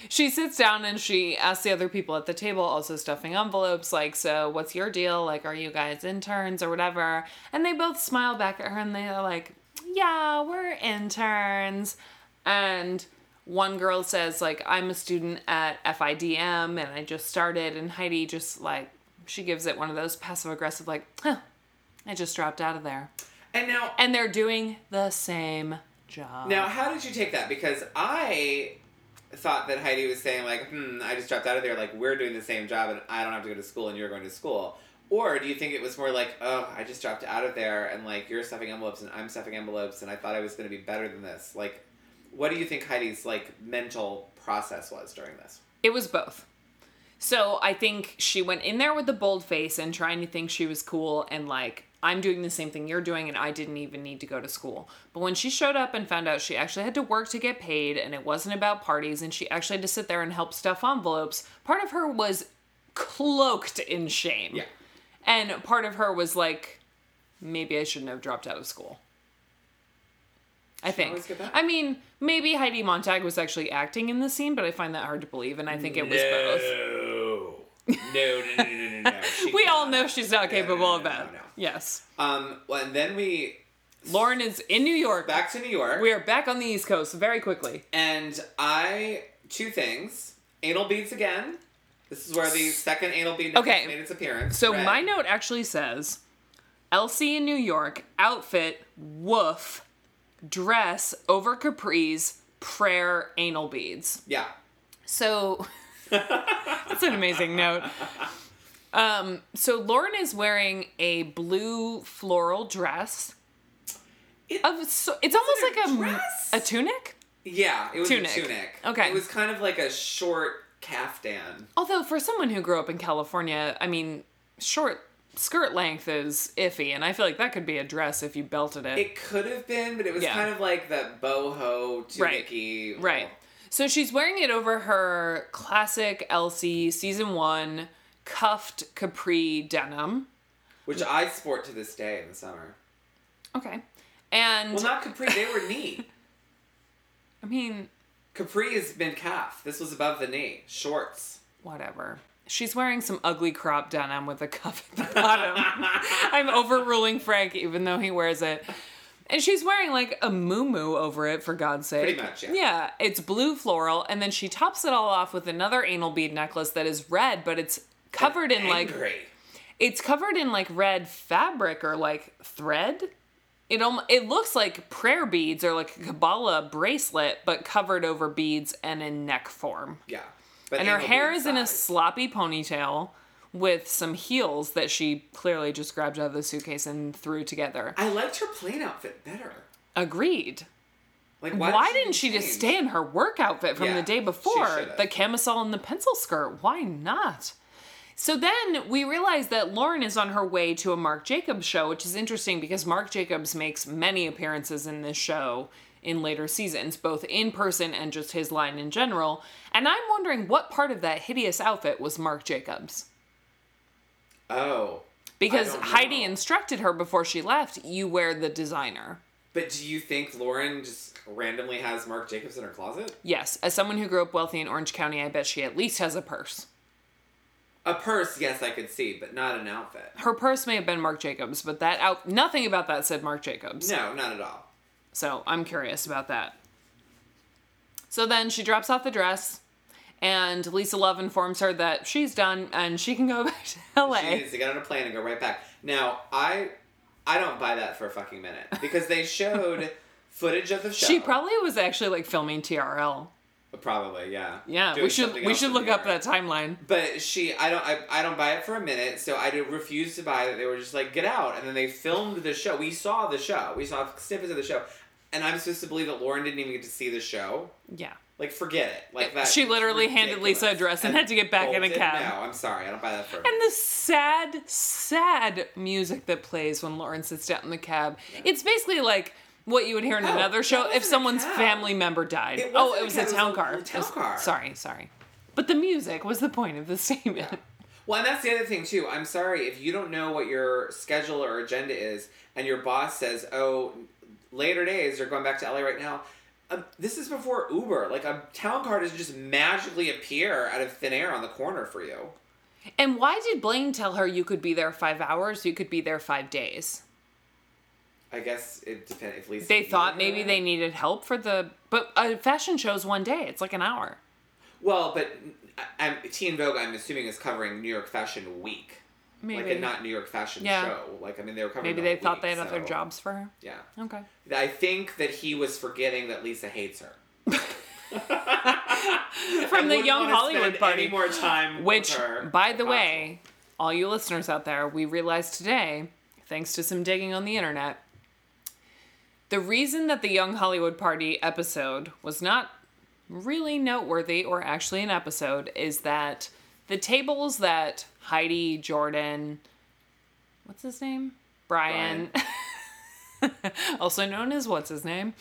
B: She sits down and she asks the other people at the table, also stuffing envelopes, like, "So what's your deal? Like, are you guys interns or whatever?" And they both smile back at her and they are like, "Yeah, we're interns," and one girl says like i'm a student at fidm and i just started and heidi just like she gives it one of those passive aggressive like huh, i just dropped out of there
A: And now,
B: and they're doing the same job
A: now, how did you take that? Because I thought that Heidi was saying like, "Hmm, I just dropped out of there. Like, we're doing the same job, and I don't have to go to school, and you're going to school." Or do you think it was more like, "Oh, I just dropped out of there, and like you're stuffing envelopes, and I'm stuffing envelopes, and I thought I was going to be better than this." Like, what do you think Heidi's like mental process was during this?
B: It was both. So I think she went in there with the bold face and trying to think she was cool and like, I'm doing the same thing you're doing and I didn't even need to go to school. But when she showed up and found out she actually had to work to get paid and it wasn't about parties and she actually had to sit there and help stuff envelopes, part of her was cloaked in shame.
A: Yeah.
B: And part of her was like, maybe I shouldn't have dropped out of school. I think.
A: always get back.
B: I mean, maybe Heidi Montag was actually acting in the scene, but I find that hard to believe, and I think it was both.
A: no. No, no, no, no, no, no.
B: <laughs>
A: no. She
B: We all
A: cannot.
B: know she's not
A: no,
B: capable of
A: no,
B: that.
A: no, no.
B: Yes.
A: Um, well, and then we
B: Lauren is in New York.
A: back to New York.
B: We are back on the East Coast very quickly.
A: And I two things: anal beads again. This is where the second anal bead necklace
B: Okay.
A: made its appearance.
B: So
A: Red.
B: my note actually says Elsie in New York, outfit, woof, dress, over capris, prayer, anal beads.
A: yeah,
B: So <laughs> that's an amazing note. Um, so Lauren is wearing a blue floral dress.
A: It-
B: of so, it's almost
A: it a
B: like a
A: dress?
B: a tunic.
A: yeah, it was
B: Tunic.
A: a tunic.
B: Okay.
A: it was kind of like a short caftan.
B: Although for someone who grew up in California, I mean, short skirt length is iffy, and I feel like that could be a dress if you belted it.
A: It could have been, but it was
B: Yeah.
A: kind of like that boho tunicky.
B: Right. So she's wearing it over her classic Elsie season one cuffed capri denim.
A: Which I sport to this day in the summer.
B: Okay. And
A: Well, not capri. They were knee.
B: <laughs> I mean,
A: Capri has been calf. This was above the knee. Shorts.
B: whatever. She's wearing some ugly crop denim with a cuff at the bottom. <laughs> I'm overruling Frank, even though he wears it. And she's wearing like a muumuu over it, for God's sake.
A: Pretty much, yeah.
B: it's blue floral, and then she tops it all off with another anal bead necklace that is red, but it's covered in like
A: Angry.
B: it's covered in like red fabric or like thread. It alm- it looks like prayer beads or like a Kabbalah bracelet, but covered over beads and in neck form.
A: Yeah. But
B: And her
A: anal
B: hair
A: bead
B: is in a
A: size.
B: sloppy ponytail with some heels that she clearly just grabbed out of the suitcase and threw together.
A: I liked her plain outfit better.
B: Agreed.
A: Like
B: Why,
A: why,
B: didn't she just
A: change?
B: stay in her work outfit from
A: Yeah,
B: the day
A: she
B: before?
A: should've.
B: The camisole and the pencil skirt. Why not? So then we realize that Lauren is on her way to a Marc Jacobs show, which is interesting because Marc Jacobs makes many appearances in this show in later seasons, both in person and just his line in general. And I'm wondering what part of that hideous outfit was Marc Jacobs?
A: Oh.
B: Because
A: don't know.
B: Heidi instructed her before she left, you wear the designer.
A: But do you think Lauren just randomly has Mark Jacobs in her closet?
B: Yes, as someone who grew up wealthy in Orange County, I bet she at least has a purse.
A: A purse, yes, I could see, but not an outfit.
B: her purse may have been Marc Jacobs, but that out nothing about that said Marc Jacobs.
A: No, not at all.
B: So I'm curious about that. So then she drops off the dress, and Lisa Love informs her that she's done and she can go <laughs> back to LA.
A: She needs to get on a plane and go right back. Now, I I don't buy that for a fucking minute because they
B: <laughs>
A: showed footage of the show.
B: She probably was actually like filming TRL.
A: probably, yeah.
B: Yeah,
A: Doing
B: we should
A: something
B: we
A: else
B: should
A: in
B: look
A: New
B: up
A: York.
B: that timeline.
A: But she, I don't, I, I don't buy it for a minute. So I do- refuse to buy it. They were just like, get out, and then they filmed the show. We saw the show. We saw snippets of the show, and I'm supposed to believe that Lauren didn't even get to see the show.
B: Yeah.
A: Like, forget it. Like that.
B: she
A: it's
B: literally handed
A: ridiculous.
B: Lisa a dress and had to get back in a
A: bolted?
B: cab.
A: No, I'm sorry. I don't buy that for. a
B: And the sad, sad music that plays when Lauren sits down in the cab. It's basically like what you would hear in
A: Oh,
B: another
A: that
B: show
A: wasn't
B: if
A: a
B: someone's
A: cab.
B: family member died.
A: It
B: oh,
A: wasn't
B: it
A: a
B: was
A: cab,
B: a
A: it was
B: town
A: a
B: car.
A: town
B: It was-
A: car.
B: Sorry, sorry. But the music was the point of the <laughs> statement.
A: <laughs> Well, and that's the other thing too. I'm sorry if you don't know what your schedule or agenda is, and your boss says, "Oh, later days, you're going back to LA right now." Um, this is before Uber. Like a town car doesn't just magically appear out of thin air on the corner for you.
B: And why did Blaine tell her you could be there five hours, you could be there five days?
A: I guess it depends. If Lisa
B: They
A: knew
B: thought
A: her.
B: maybe they needed help for the. But a fashion show's one day, it's like an hour.
A: Well, but I, I'm, Teen Vogue. I'm assuming is covering New York Fashion Week,
B: Maybe.
A: like a not New York Fashion
B: Yeah.
A: Show. Like I mean, they were covering.
B: maybe
A: the
B: they
A: whole
B: thought
A: week,
B: they had other
A: so-
B: jobs for her.
A: Yeah.
B: Okay.
A: I think that he was forgetting that Lisa hates
B: <laughs>
A: her. From
B: the Young Hollywood party.
A: any more time, with
B: Which,
A: her
B: by the
A: if
B: way, all you listeners out there, we realized today, thanks to some digging on the internet, the reason that the Young Hollywood Party episode was not really noteworthy or actually an episode is that the tables that Heidi, Jordan, what's his name? Brian, <laughs> also known as what's his name,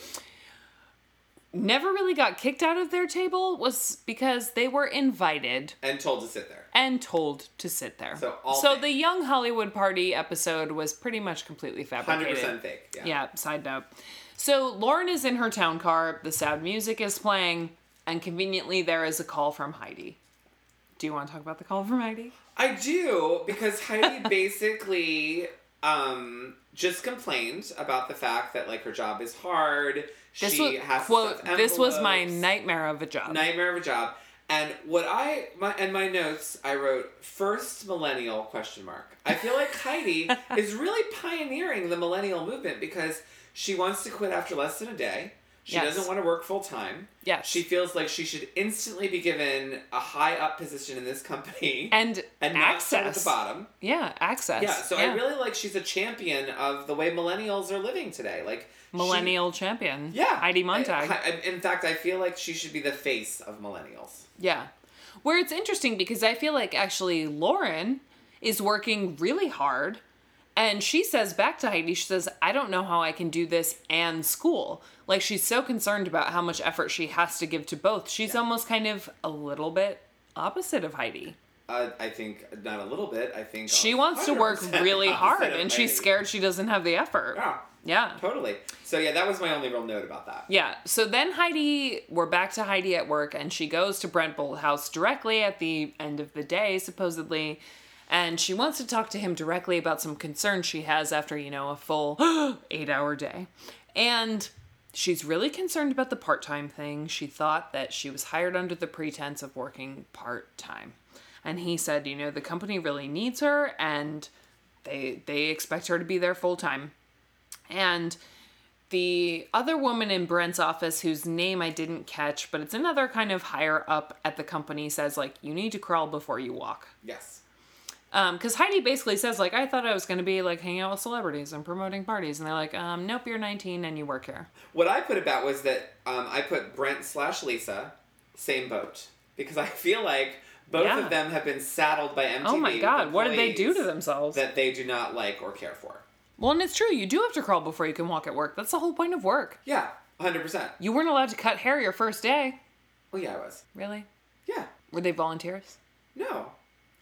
B: never really got kicked out of their table was because they were invited
A: possible. and told to sit there.
B: and told to sit there.
A: So all fake.
B: the Young Hollywood Party episode was pretty much completely
A: Hundred
B: fabricated.
A: percent fake. Yeah.
B: Yeah, side note. So Lauren is in her town car, the sad music is playing, and conveniently there is a call from Heidi. Do you want to talk about the call from Heidi?
A: I do because
B: <laughs>
A: Heidi basically um, just complained about the fact that like her job is hard.
B: This
A: she
B: was
A: has to
B: quote,
A: stuff
B: this was my
A: envelopes.
B: nightmare of a job.
A: nightmare of a job. And what I my and my notes I wrote first millennial question mark. I feel like
B: <laughs>
A: Heidi is really pioneering the millennial movement because she wants to quit after less than a day. She
B: Yes.
A: doesn't want to work full time.
B: Yes.
A: She feels like she should instantly be given a high up position in this company <laughs>
B: and,
A: not start at the
B: access.
A: bottom.
B: Yeah, access.
A: Yeah, so I really like she's a champion of the way millennials are living today. Like she-
B: millennial champion.
A: yeah,
B: Heidi Montag.
A: I- I- in fact, I feel like she should be the face of millennials.
B: Yeah. Where it's interesting because I feel like actually Lauren is working really hard. And she says back to Heidi, she says, I don't know how I can do this and school. Like she's so concerned about how much effort she has to give to both. She's almost kind of a little bit opposite of Heidi.
A: Uh, I think not a little bit. I think
B: She wants to work
A: 100%
B: really hard
A: opposite <laughs> of
B: and
A: Heidi.
B: she's scared she doesn't have the effort.
A: Yeah,
B: Yeah.
A: totally. So yeah, that was my only real note about that.
B: Yeah. So then Heidi, we're back to Heidi at work, and she goes to Brent House directly at the end of the day, supposedly. And she wants to talk to him directly about some concerns she has after, you know, a full <gasps> eight hour day. And she's really concerned about the part time thing. She thought that she was hired under the pretense of working part time. And he said, you know, the company really needs her and they they expect her to be there full time. And the other woman in Brent's office, whose name I didn't catch, but it's another kind of higher up at the company, says, like, you need to crawl before you walk.
A: Yes.
B: Because Heidi basically says, like, I thought I was going to be, like, hanging out with celebrities and promoting parties. And they're like, um, nope, you're 19 and you work here.
A: What I put about was that um, I put Brent slash Lisa, same boat, because I feel like both
B: Yeah.
A: of them have been saddled by MTV.
B: Oh my
A: with
B: God, what did they do to
A: employees
B: themselves?
A: That they do not like or care for.
B: well, and it's true. You do have to crawl before you can walk at work. That's the whole point of work.
A: Yeah, hundred percent.
B: You weren't allowed to cut hair your first day.
A: Well, yeah, I was.
B: Really?
A: Yeah.
B: Were they volunteers?
A: No.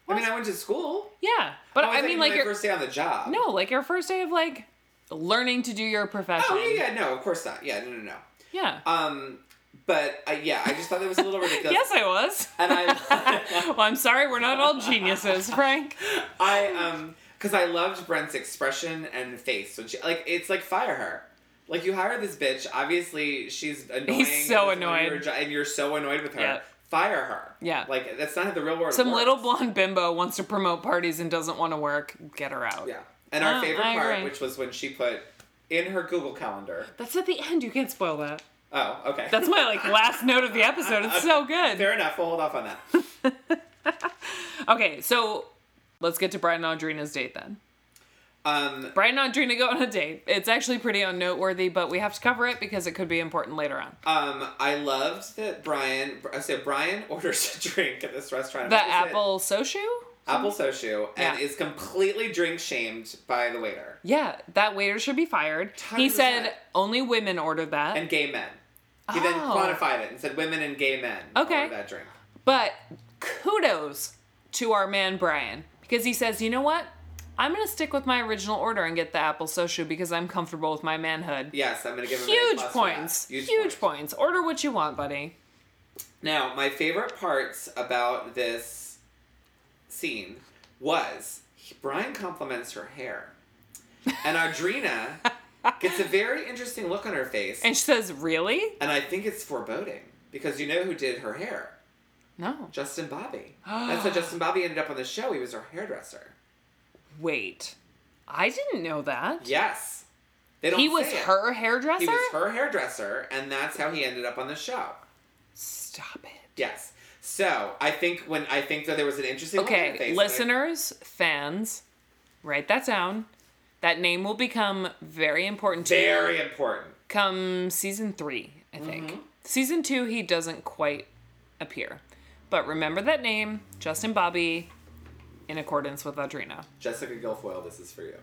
A: I mean, I went to school.
B: Yeah. But
A: Oh,
B: I,
A: thought
B: mean,
A: you
B: like,
A: my
B: your,
A: first day on the job.
B: no, like your first day of, like, learning to do your profession.
A: Oh yeah, yeah, no, of course not. Yeah, no, no, no.
B: Yeah.
A: Um, but I, yeah, I just thought that was a
B: <laughs>
A: little ridiculous.
B: yes, I was. <laughs>
A: and I,
B: well, I'm sorry, we're not all geniuses, Frank.
A: I um, because I loved Brent's expression and face when she like it's like fire her. Like you hire this bitch, obviously she's annoying.
B: He's so
A: and it's on
B: annoyed.
A: your jo- and you're so annoyed with her.
B: Yeah.
A: Fire her.
B: Yeah.
A: like that's not how the real world.
B: Some
A: works.
B: little blonde bimbo wants to promote parties and doesn't want to work. Get her out.
A: Yeah, and our
B: Oh,
A: favorite
B: I
A: part,
B: agree.
A: which was when she put in her Google Calendar.
B: That's at the end. You can't spoil that.
A: Oh, okay. <laughs>
B: That's my like last note of the episode. It's so good.
A: fair enough. We'll hold off
B: <laughs>
A: on that.
B: Okay, so let's get to Brian and Audrina's date then.
A: Um,
B: Brian and Audrina go on a date. It's actually pretty unnoteworthy, but we have to cover it because it could be important later on.
A: um, I loved that Brian. So Brian <laughs> orders a drink at this restaurant.
B: The
A: What is it?
B: apple soshu?
A: apple soshu, and
B: Yeah.
A: is completely drink shamed by the waiter
B: Yeah, that waiter should be fired. He
A: 100%.
B: said only women order that.
A: and gay men. He then
B: Oh.
A: quantified it and said women and gay men.
B: Okay.
A: order that drink.
B: But kudos to our man Brian because he says, you know what? I'm gonna stick with my original order and get the apple soshu because I'm comfortable with my manhood.
A: Yes, I'm gonna give him an A
B: Huge
A: plus for that.
B: points. Huge,
A: points.
B: points. Order what you want, buddy.
A: Now, my favorite parts about this scene was he- Brian compliments her hair, and
B: <laughs>
A: Audrina gets a very interesting look on her face,
B: And she says, really?
A: and I think it's foreboding because you know who did her hair.
B: No.
A: Justin Bobby. That's
B: <gasps>
A: how Justin Bobby ended up on the show. He was her hairdresser.
B: Wait. I didn't know that.
A: Yes. They don't
B: He
A: say
B: was
A: it.
B: her hairdresser?
A: He was her hairdresser, and that's how he ended up on the show.
B: Stop it.
A: Yes. So I think when I think that there was an interesting look on her face,
B: Okay,
A: and I-
B: listeners, fans, write that down. That name will become very important to you.
A: very important.
B: come season three, I think. Season two, he doesn't quite appear. But remember that name, Justin Bobby, in accordance with Audrina.
A: Jessica Guilfoyle, this is for you.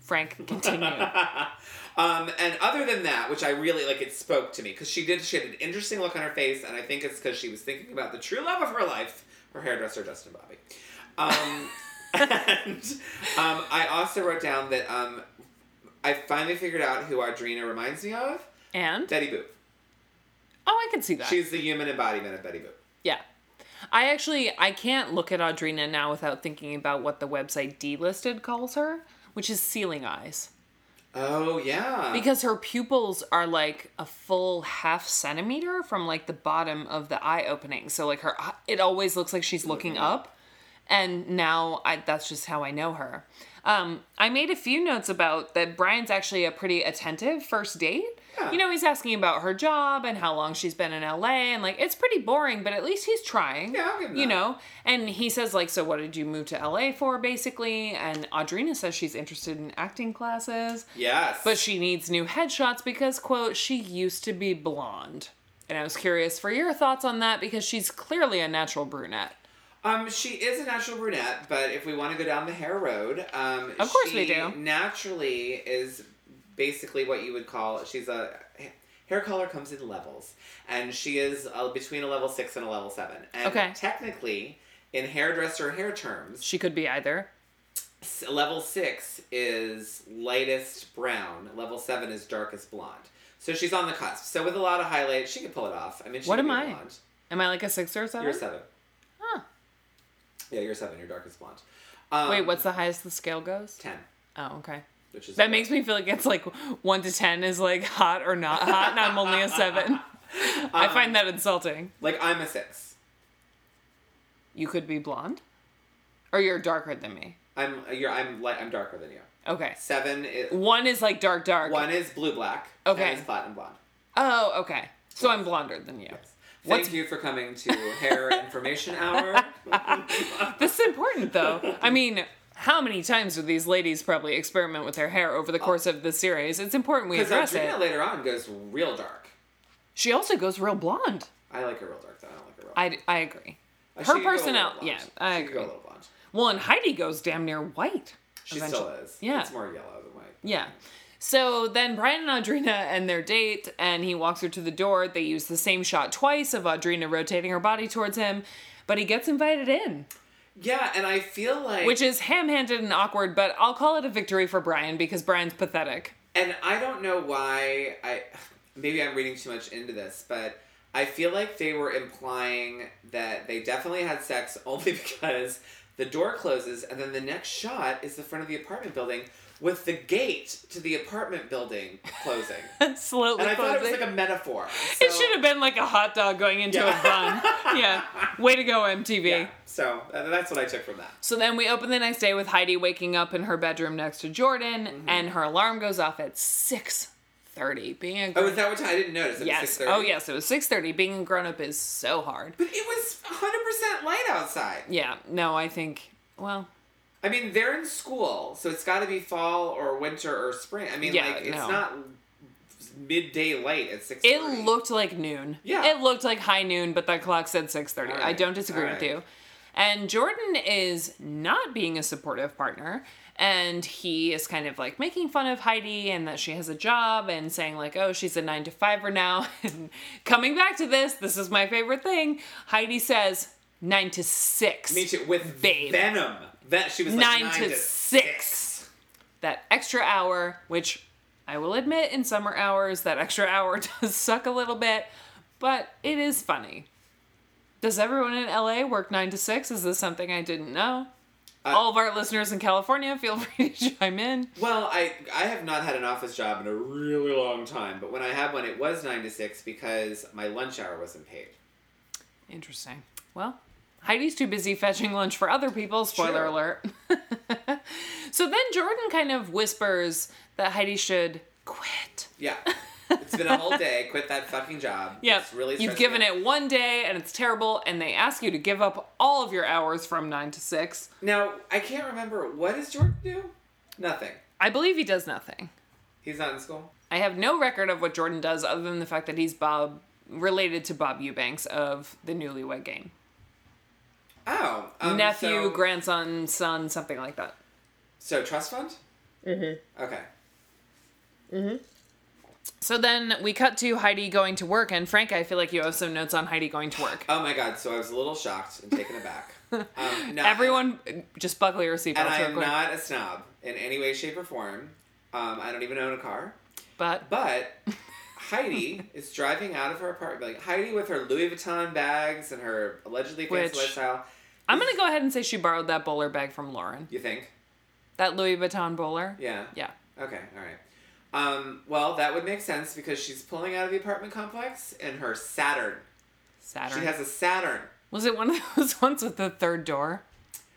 B: Frank, continue.
A: Um, and other than that, which I really like, it spoke to me because she did. She had an interesting look on her face, and I think it's because she was thinking about the true love of her life, her hairdresser Justin Bobby.
B: <laughs>
A: Um, and um, I also wrote down that um, I finally figured out who Audrina reminds me of:
B: and?
A: Betty Boop.
B: Oh, I can see that.
A: She's the human embodiment of Betty Boop.
B: yeah. I actually, I can't look at Audrina now without thinking about what the website delisted calls her, which is ceiling eyes.
A: Oh yeah,
B: Because her pupils are like a full half centimeter from like the bottom of the eye opening. So like her, eye- it always looks like she's looking up. And now I, that's just how I know her. Um, I made a few notes about that. Brian's actually a pretty attentive first date.
A: Yeah.
B: You know, he's asking about her job and how long she's been in LA, and like it's pretty boring, but at least he's trying.
A: Yeah, I'll give him
B: you
A: that.
B: know, and he says like, "So what did you move to LA for?" Basically, and Audrina says she's interested in acting classes.
A: yes,
B: But she needs new headshots because, quote, she used to be blonde. And I was curious for your thoughts on that because she's clearly a natural brunette.
A: Um, she is a natural brunette, but if we want to go down the hair road, um,
B: Of course
A: she
B: we do.
A: Naturally, is basically what you would call she's a hair color comes in levels, and she is uh, between a level six and a level seven. And
B: Okay.
A: Technically, in hairdresser hair terms,
B: She could be either.
A: s- level six is lightest brown. Level seven is darkest blonde. So she's on the cusp. So with a lot of highlight, she could pull it off. I mean, she
B: What
A: could
B: am
A: be
B: I?
A: Blonde.
B: Am I like a six or a seven?
A: You're seven.
B: Huh.
A: Yeah, you're seven. You're darkest blonde. Um,
B: Wait, what's the highest the scale goes?
A: ten?
B: Oh, okay.
A: Which is
B: That makes me feel like it's like one to ten is like hot or not hot, and I'm only a seven.
A: <laughs> Um,
B: I find that insulting.
A: Like I'm a six.
B: You could be blonde, or you're darker than me.
A: I'm you're I'm light. I'm darker than you.
B: Okay.
A: Seven is
B: One is like dark, dark.
A: one is blue black.
B: Okay.
A: Ten is platinum blonde.
B: Oh, okay. So I'm blonder than you.
A: Thank
B: What's-
A: you for coming to
B: <laughs>
A: Hair Information Hour.
B: This is important, though. I mean, how many times do these ladies probably experiment with their hair
A: Oh.
B: over the course of the series? It's important we
A: Because
B: address
A: Audrina
B: it.
A: later on goes real dark.
B: She also goes real blonde.
A: I like her real dark though. I don't like her real.
B: I, I agree.
A: Uh, she could go a
B: Her
A: little
B: personality, yeah,
A: blonde.
B: I
A: She could go
B: agree.
A: a little blonde.
B: Well, and Heidi goes damn near white.
A: She
B: eventually.
A: still is.
B: Yeah.
A: It's more yellow than white.
B: Yeah. So then Brian and Audrina and their date, and he walks her to the door. They use the same shot twice of Audrina rotating her body towards him, but he gets invited in.
A: Yeah, and I feel like
B: which is ham-handed and awkward but i'll call it a victory for brian because brian's pathetic
A: And I don't know why I maybe I'm reading too much into this, but I feel like they were implying that they definitely had sex <laughs> only because the door closes and then the next shot is the front of the apartment building with the gate to the apartment building closing.
B: <laughs>
A: and
B: slowly
A: I thought it was
B: closing.
A: like a metaphor.
B: it
A: So-
B: should have been like a hot dog going into
A: Yeah.
B: a
A: <laughs>
B: bun yeah way to go mtv
A: Yeah, so uh, that's what I took from that.
B: so then we open the next day with heidi waking up in her bedroom next to jordan
A: Mm-hmm.
B: and her alarm goes off at 6.30 being a
A: Oh,
B: grown-
A: is that what time? I didn't notice. It was
B: yes
A: 6:30.
B: oh yes it was 6.30 being a grown-up is so hard
A: But it was 100% light outside.
B: yeah no i think well
A: I mean, they're in school, so it's got to be fall or winter or spring. I mean,
B: Yeah,
A: like it's
B: no.
A: not midday light at six.
B: It looked like noon.
A: Yeah.
B: It looked like high noon, but the clock said 6:30.
A: All
B: I
A: right,
B: don't disagree
A: all
B: with
A: right.
B: you. And Jordan is not being a supportive partner and he is kind of like making fun of Heidi and that she has a job and saying like, "Oh, she's a 9 to 5er now." <laughs> and coming back to this, this is my favorite thing. Heidi says 9 to 6.
A: Me too. With
B: Babe.
A: Venom, that she was like,
B: Nine
A: nine,
B: to
A: to,
B: six. that extra hour, which I will admit in summer hours, that extra <laughs> hour does suck a little bit, but it is funny. Does everyone in LA work nine to six? Is this something I didn't know?
A: Uh,
B: All of our listeners in California, <laughs> feel free to chime in.
A: Well, I I have not had an office job in a really long time, but when I had one, it was nine to six because my lunch hour wasn't paid.
B: Interesting. Well, Heidi's too busy fetching lunch for other people. Spoiler
A: Sure.
B: alert. <laughs> so then Jordan kind of whispers that Heidi should quit.
A: Yeah, it's been a whole
B: <laughs>
A: day. Quit that fucking job.
B: Yep.
A: it's really
B: You've
A: stressing
B: given
A: me out.
B: it one day and it's terrible, and they ask you to give up all of your hours from nine to six.
A: Now I can't remember what does Jordan do. Nothing.
B: I believe he does nothing.
A: He's not in school.
B: I have no record of what Jordan does other than the fact that he's Bob related to Bob Eubanks of the newlywed game.
A: Oh, um,
B: Nephew,
A: so-
B: grandson, son, something like that.
A: So trust fund. Mm-hmm. Okay.
B: So then we cut to Heidi going to work, and Frank, I feel like you have some notes on Heidi going to work.
A: Oh my god. So I was a little shocked and taken
B: <laughs>
A: aback. Um, no,
B: Everyone, just buckle your seatbelts
A: And I
B: real
A: am
B: quick.
A: not a snob in any way, shape, or form. Um, I don't even own a car.
B: but
A: But
B: <laughs>
A: Heidi is driving out of her apartment. Like Heidi with her Louis Vuitton bags and her allegedly fancy
B: Which-
A: lifestyle.
B: I'm gonna go ahead and say she borrowed that bowler bag from Lauren.
A: You think?
B: That Louis Vuitton bowler.
A: Yeah.
B: Yeah.
A: Okay. All right. Um, well, that would make sense because she's pulling out of the apartment complex in her Saturn.
B: Saturn.
A: She has a Saturn.
B: Was it one of <laughs> those ones with the third door?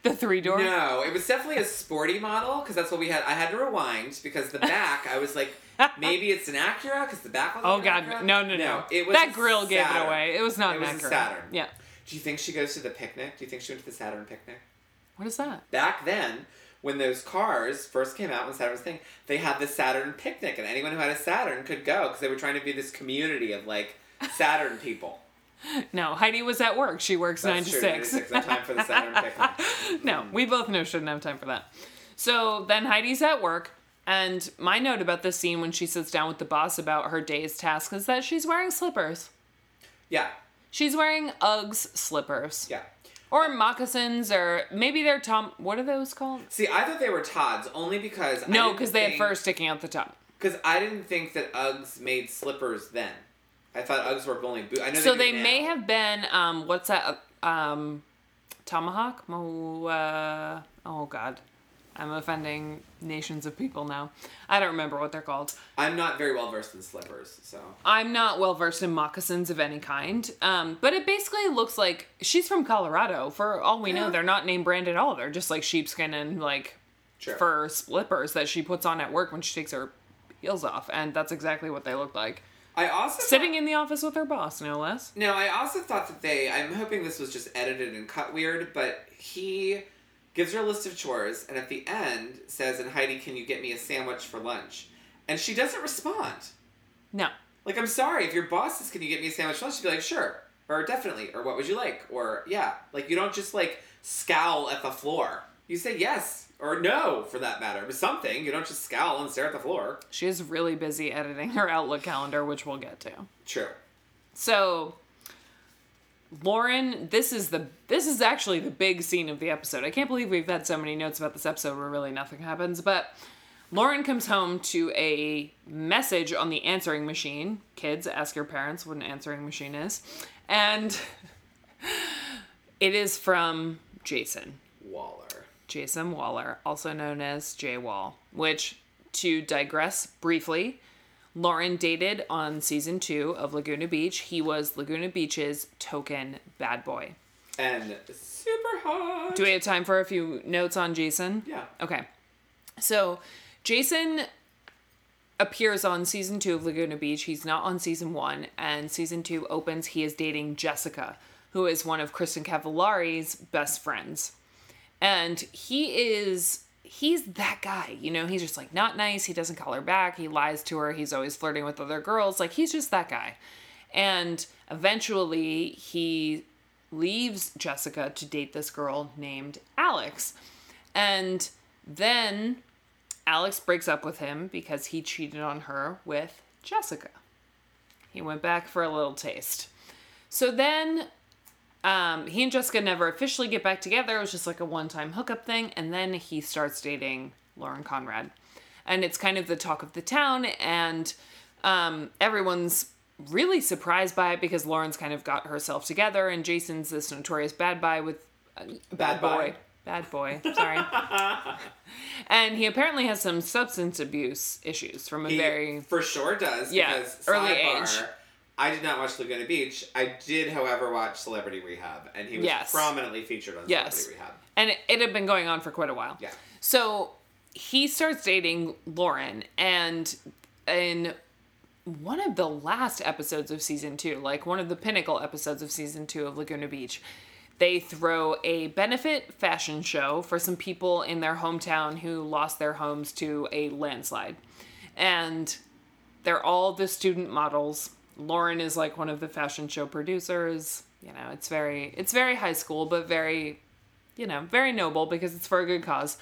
B: The three door?
A: No, it was definitely a sporty model because that's what we had. I had to rewind because the back. I was like,
B: <laughs>
A: maybe it's an Acura because the back. Was
B: Oh
A: an
B: god,
A: Acura.
B: no, no, no.
A: It was
B: that
A: a
B: grill gave it
A: Saturn.
B: away. It was not
A: It
B: an
A: was a
B: Acura.
A: Saturn.
B: Yeah.
A: Do you think she goes to the picnic? Do you think she went to the Saturn picnic?
B: What is that?
A: Back then, when those cars first came out, when Saturn was a thing, they had the Saturn picnic, and anyone who had a Saturn could go because they were trying to be this community of like Saturn people.
B: No, Heidi was at work. She works
A: That's
B: nine to
A: true,
B: six.
A: 96, no time for the Saturn picnic.
B: <laughs> no, we both know shouldn't have time for that. So then Heidi's at work, and my note about this scene when she sits down with the boss about her day's task is that she's wearing slippers.
A: Yeah,
B: She's wearing Uggs slippers.
A: yeah.
B: Or moccasins, or maybe they're Tom. What are those called?
A: See, I thought they were Todd's only because I
B: No,
A: didn't
B: because they had
A: think-
B: fur sticking out the top.
A: Because I didn't think that Uggs made slippers then. I thought Uggs were only boots. I know.
B: So
A: do
B: they
A: now.
B: may have been um what's that uh, um tomahawk Mo, uh, oh god I'm offending nations of people now I don't remember what they're called
A: I'm not very well versed in slippers, so
B: I'm not well versed in moccasins of any kind um but it basically looks like she's from Colorado for all we know
A: Yeah.
B: they're not name brand at all they're just like sheepskin and like
A: sure.
B: fur slippers that she puts on at work when she takes her heels off and that's exactly what they look like
A: I also
B: sitting in the office with her boss no less
A: No, I also thought that they. I'm hoping this was just edited and cut weird, but he gives her a list of chores, and at the end says, "And Heidi, can you get me a sandwich for lunch?" And she doesn't respond.
B: no
A: Like, I'm sorry if your boss says, "Can you get me a sandwich for lunch?" She'd be like, "Sure," or "Definitely," or "What would you like?" or "Yeah." Like, you don't just like scowl at the floor. You say yes or no, for that matter, but something. You don't just scowl and stare at the floor.
B: She is really busy editing her Outlook calendar, which we'll get to.
A: True.
B: So, Lauren, this is the this is actually the big scene of the episode. I can't believe we've had so many notes about this episode where really nothing happens, but Lauren comes home to a message on the answering machine. Kids, ask your parents what an answering machine is. And <laughs> it is from Jason.
A: Waller.
B: Jason Waller, also known as J Wall, which, to digress briefly, Lauren dated on season two of Laguna Beach. He was Laguna Beach's token bad boy.
A: And super hot.
B: Do we have time for a few notes on Jason?
A: Yeah.
B: Okay. So Jason appears on season two of Laguna Beach. He's not on season one, and season two opens. He is dating Jessica, who is one of Kristen Cavallari's best friends. and he is he's that guy you know he's just like not nice he doesn't call her back he lies to her he's always flirting with other girls like he's just that guy and eventually he leaves jessica to date this girl named alex and then alex breaks up with him because he cheated on her with jessica he went back for a little taste so then um, he and Jessica never officially get back together. It was just like a one time hookup thing. And then he starts dating Lauren Conrad. And it's kind of the talk of the town. And um, everyone's really surprised by it because Lauren's kind of got herself together. And Jason's this notorious bad boy with uh,
A: Bad boy.
B: Bad boy, sorry. and he apparently has some substance abuse issues from a
A: He
B: very.
A: for sure does.
B: Yeah,
A: because
B: early
A: sidebar,
B: age.
A: I did not watch Laguna Beach. I did, however, watch Celebrity Rehab, and he was
B: Yes.
A: prominently featured on
B: Yes.
A: Celebrity Rehab.
B: And it, it had been going on for quite a while.
A: Yeah.
B: So he starts dating Lauren, and in one of the last episodes of season two, like one of the pinnacle episodes of season two of Laguna Beach, they throw a benefit fashion show for some people in their hometown who lost their homes to a landslide. And they're all the student models. Lauren is like one of the fashion show producers. You know, it's very it's very high school, but very you know, very noble because it's for a good cause.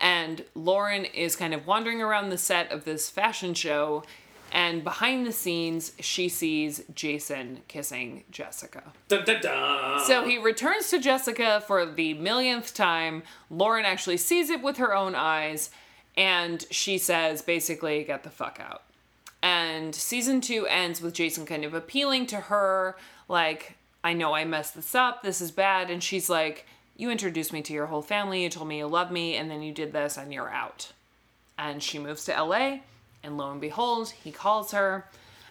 B: And Lauren is kind of wandering around the set of this fashion show, and behind the scenes, she sees Jason kissing Jessica.
A: Dun, dun, dun.
B: So he returns to Jessica for the millionth time. Lauren actually sees it with her own eyes, and she says, basically, get the fuck out. And season two ends with Jason kind of appealing to her, like, I know I messed this up, this is bad. And she's like, You introduced me to your whole family, you told me you love me, and then you did this, and you're out. And she moves to LA, and lo and behold, he calls her,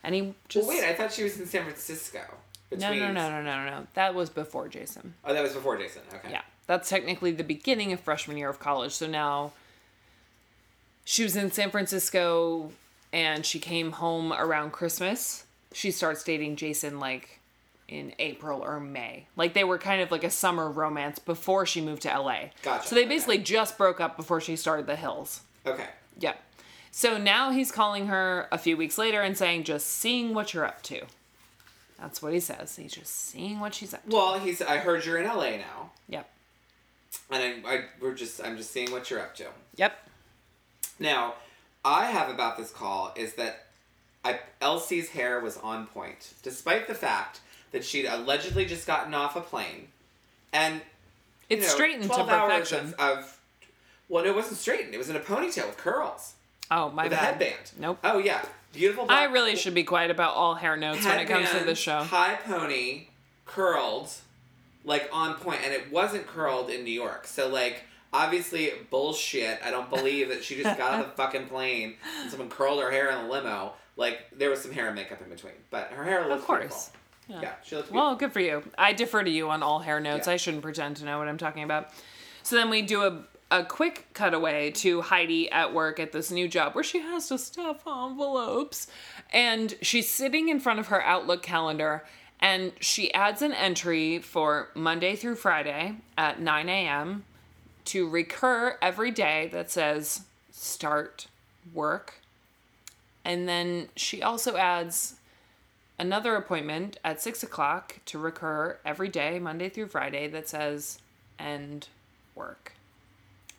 B: and he just.
A: Well, wait, I thought she was in San Francisco. Which
B: no, no, no,
A: means-
B: no, no, no. That was before Jason.
A: Oh, that was before Jason. Okay.
B: Yeah, that's technically the beginning of freshman year of college. So now she was in San Francisco and she came home around Christmas. She starts dating Jason like in April or May. Like they were kind of like a summer romance before she moved to LA.
A: Gotcha,
B: So they
A: okay.
B: basically just broke up before she started the hills.
A: Okay.
B: Yeah. So now he's calling her a few weeks later and saying, just seeing what you're up to. That's what he says. He's just seeing what she's up to.
A: Well, he's. I heard you're in LA now,
B: Yep.
A: and I, I we're just. I'm just seeing what you're up to.
B: Yep.
A: Now, I have about this call is that I, Elsie's hair was on point, despite the fact that she'd allegedly just gotten off a plane, and you
B: It's
A: know,
B: straightened to
A: 12 hours
B: perfection.
A: Of, of well, it wasn't straightened. It was in a ponytail with curls,
B: Oh my
A: with a
B: bad.
A: headband.
B: Nope.
A: Oh yeah, beautiful.
B: I
A: black-
B: really should be quiet about all hair notes when it comes to
A: headband,
B: this show.
A: High pony, curled, like on point, and it wasn't curled in New York. So like obviously bullshit. I don't believe that she just got on the fucking plane and someone curled her hair in a limo. Like there was some hair and makeup in between, but her hair looked
B: Of course.
A: beautiful. Yeah, she looked
B: Well, good for you. I defer to you on all hair notes.
A: Yeah.
B: I shouldn't pretend to know what I'm talking about. So then we do a a quick cutaway to Heidi at work at this new job where she has to stuff envelopes and she's sitting in front of her Outlook calendar and she adds an entry for Monday through Friday at 9 a.m. to recur every day that says start work. And then she also adds another appointment at six o'clock to recur every day, Monday through Friday, that says end work.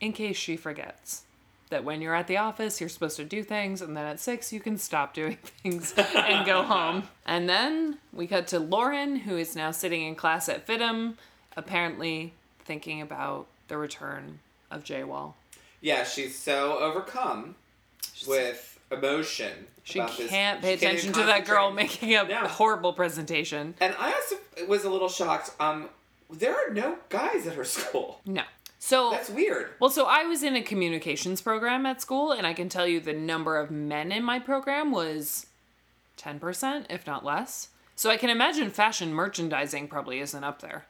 B: In case she forgets that when you're at the office, you're supposed to do things, and then at six, you can stop doing <laughs> things and go home. And then we cut to Lauren, who is now sitting in class at FITM, apparently thinking about the return of J Wall.
A: Yeah, she's so overcome with emotion.
B: She
A: about this-
B: can't pay
A: she can't
B: attention
A: even
B: to that girl
A: concentrate.
B: making a
A: No.
B: horrible presentation.
A: And I also was a little shocked. Um, there are no guys at her school.
B: No. So
A: That's weird.
B: Well, so I was in a communications program at school, and I can tell you the number of men in my program was 10%, if not less. So I can imagine fashion merchandising probably isn't up there.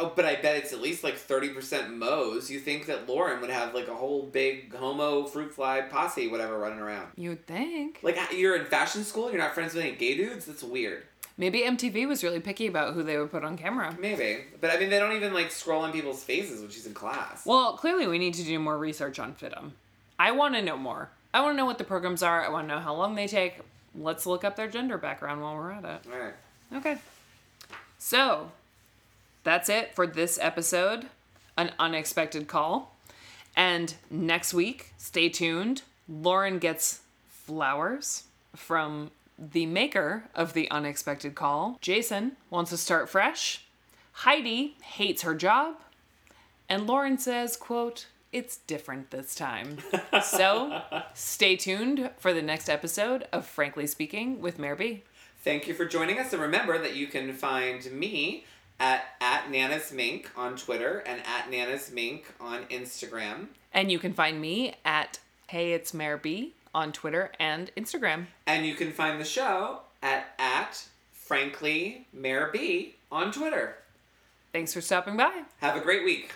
A: Oh, but I bet it's at least like thirty percent Moe's. You think that Lauren would have like a whole big homo fruit fly posse, whatever, running around?
B: You'd think.
A: Like you're in fashion school, you're not friends with any gay dudes. That's weird.
B: Maybe MTV was really picky about who they would put on camera.
A: Maybe. But I mean, they don't even like scroll on people's faces when she's in class.
B: Well, clearly we need to do more research on FITM. I want to know more. I want to know what the programs are. I want to know how long they take. Let's look up their gender background while we're at it.
A: All right.
B: Okay. So that's it for this episode, an unexpected call. And next week, stay tuned. Lauren gets flowers from the maker of the unexpected call. Jason wants to start fresh. Heidi hates her job. And Lauren says, quote, it's different this time. so stay tuned for the next episode of Frankly Speaking with Mayor B.
A: Thank you for joining us. And remember that you can find me at, at Nana's Mink on Twitter and at Nana's Mink on Instagram.
B: And you can find me at Hey It's Mayor B on Twitter and Instagram.
A: And you can find the show at, at Frankly Mayor B on Twitter.
B: Thanks for stopping by.
A: Have a great week.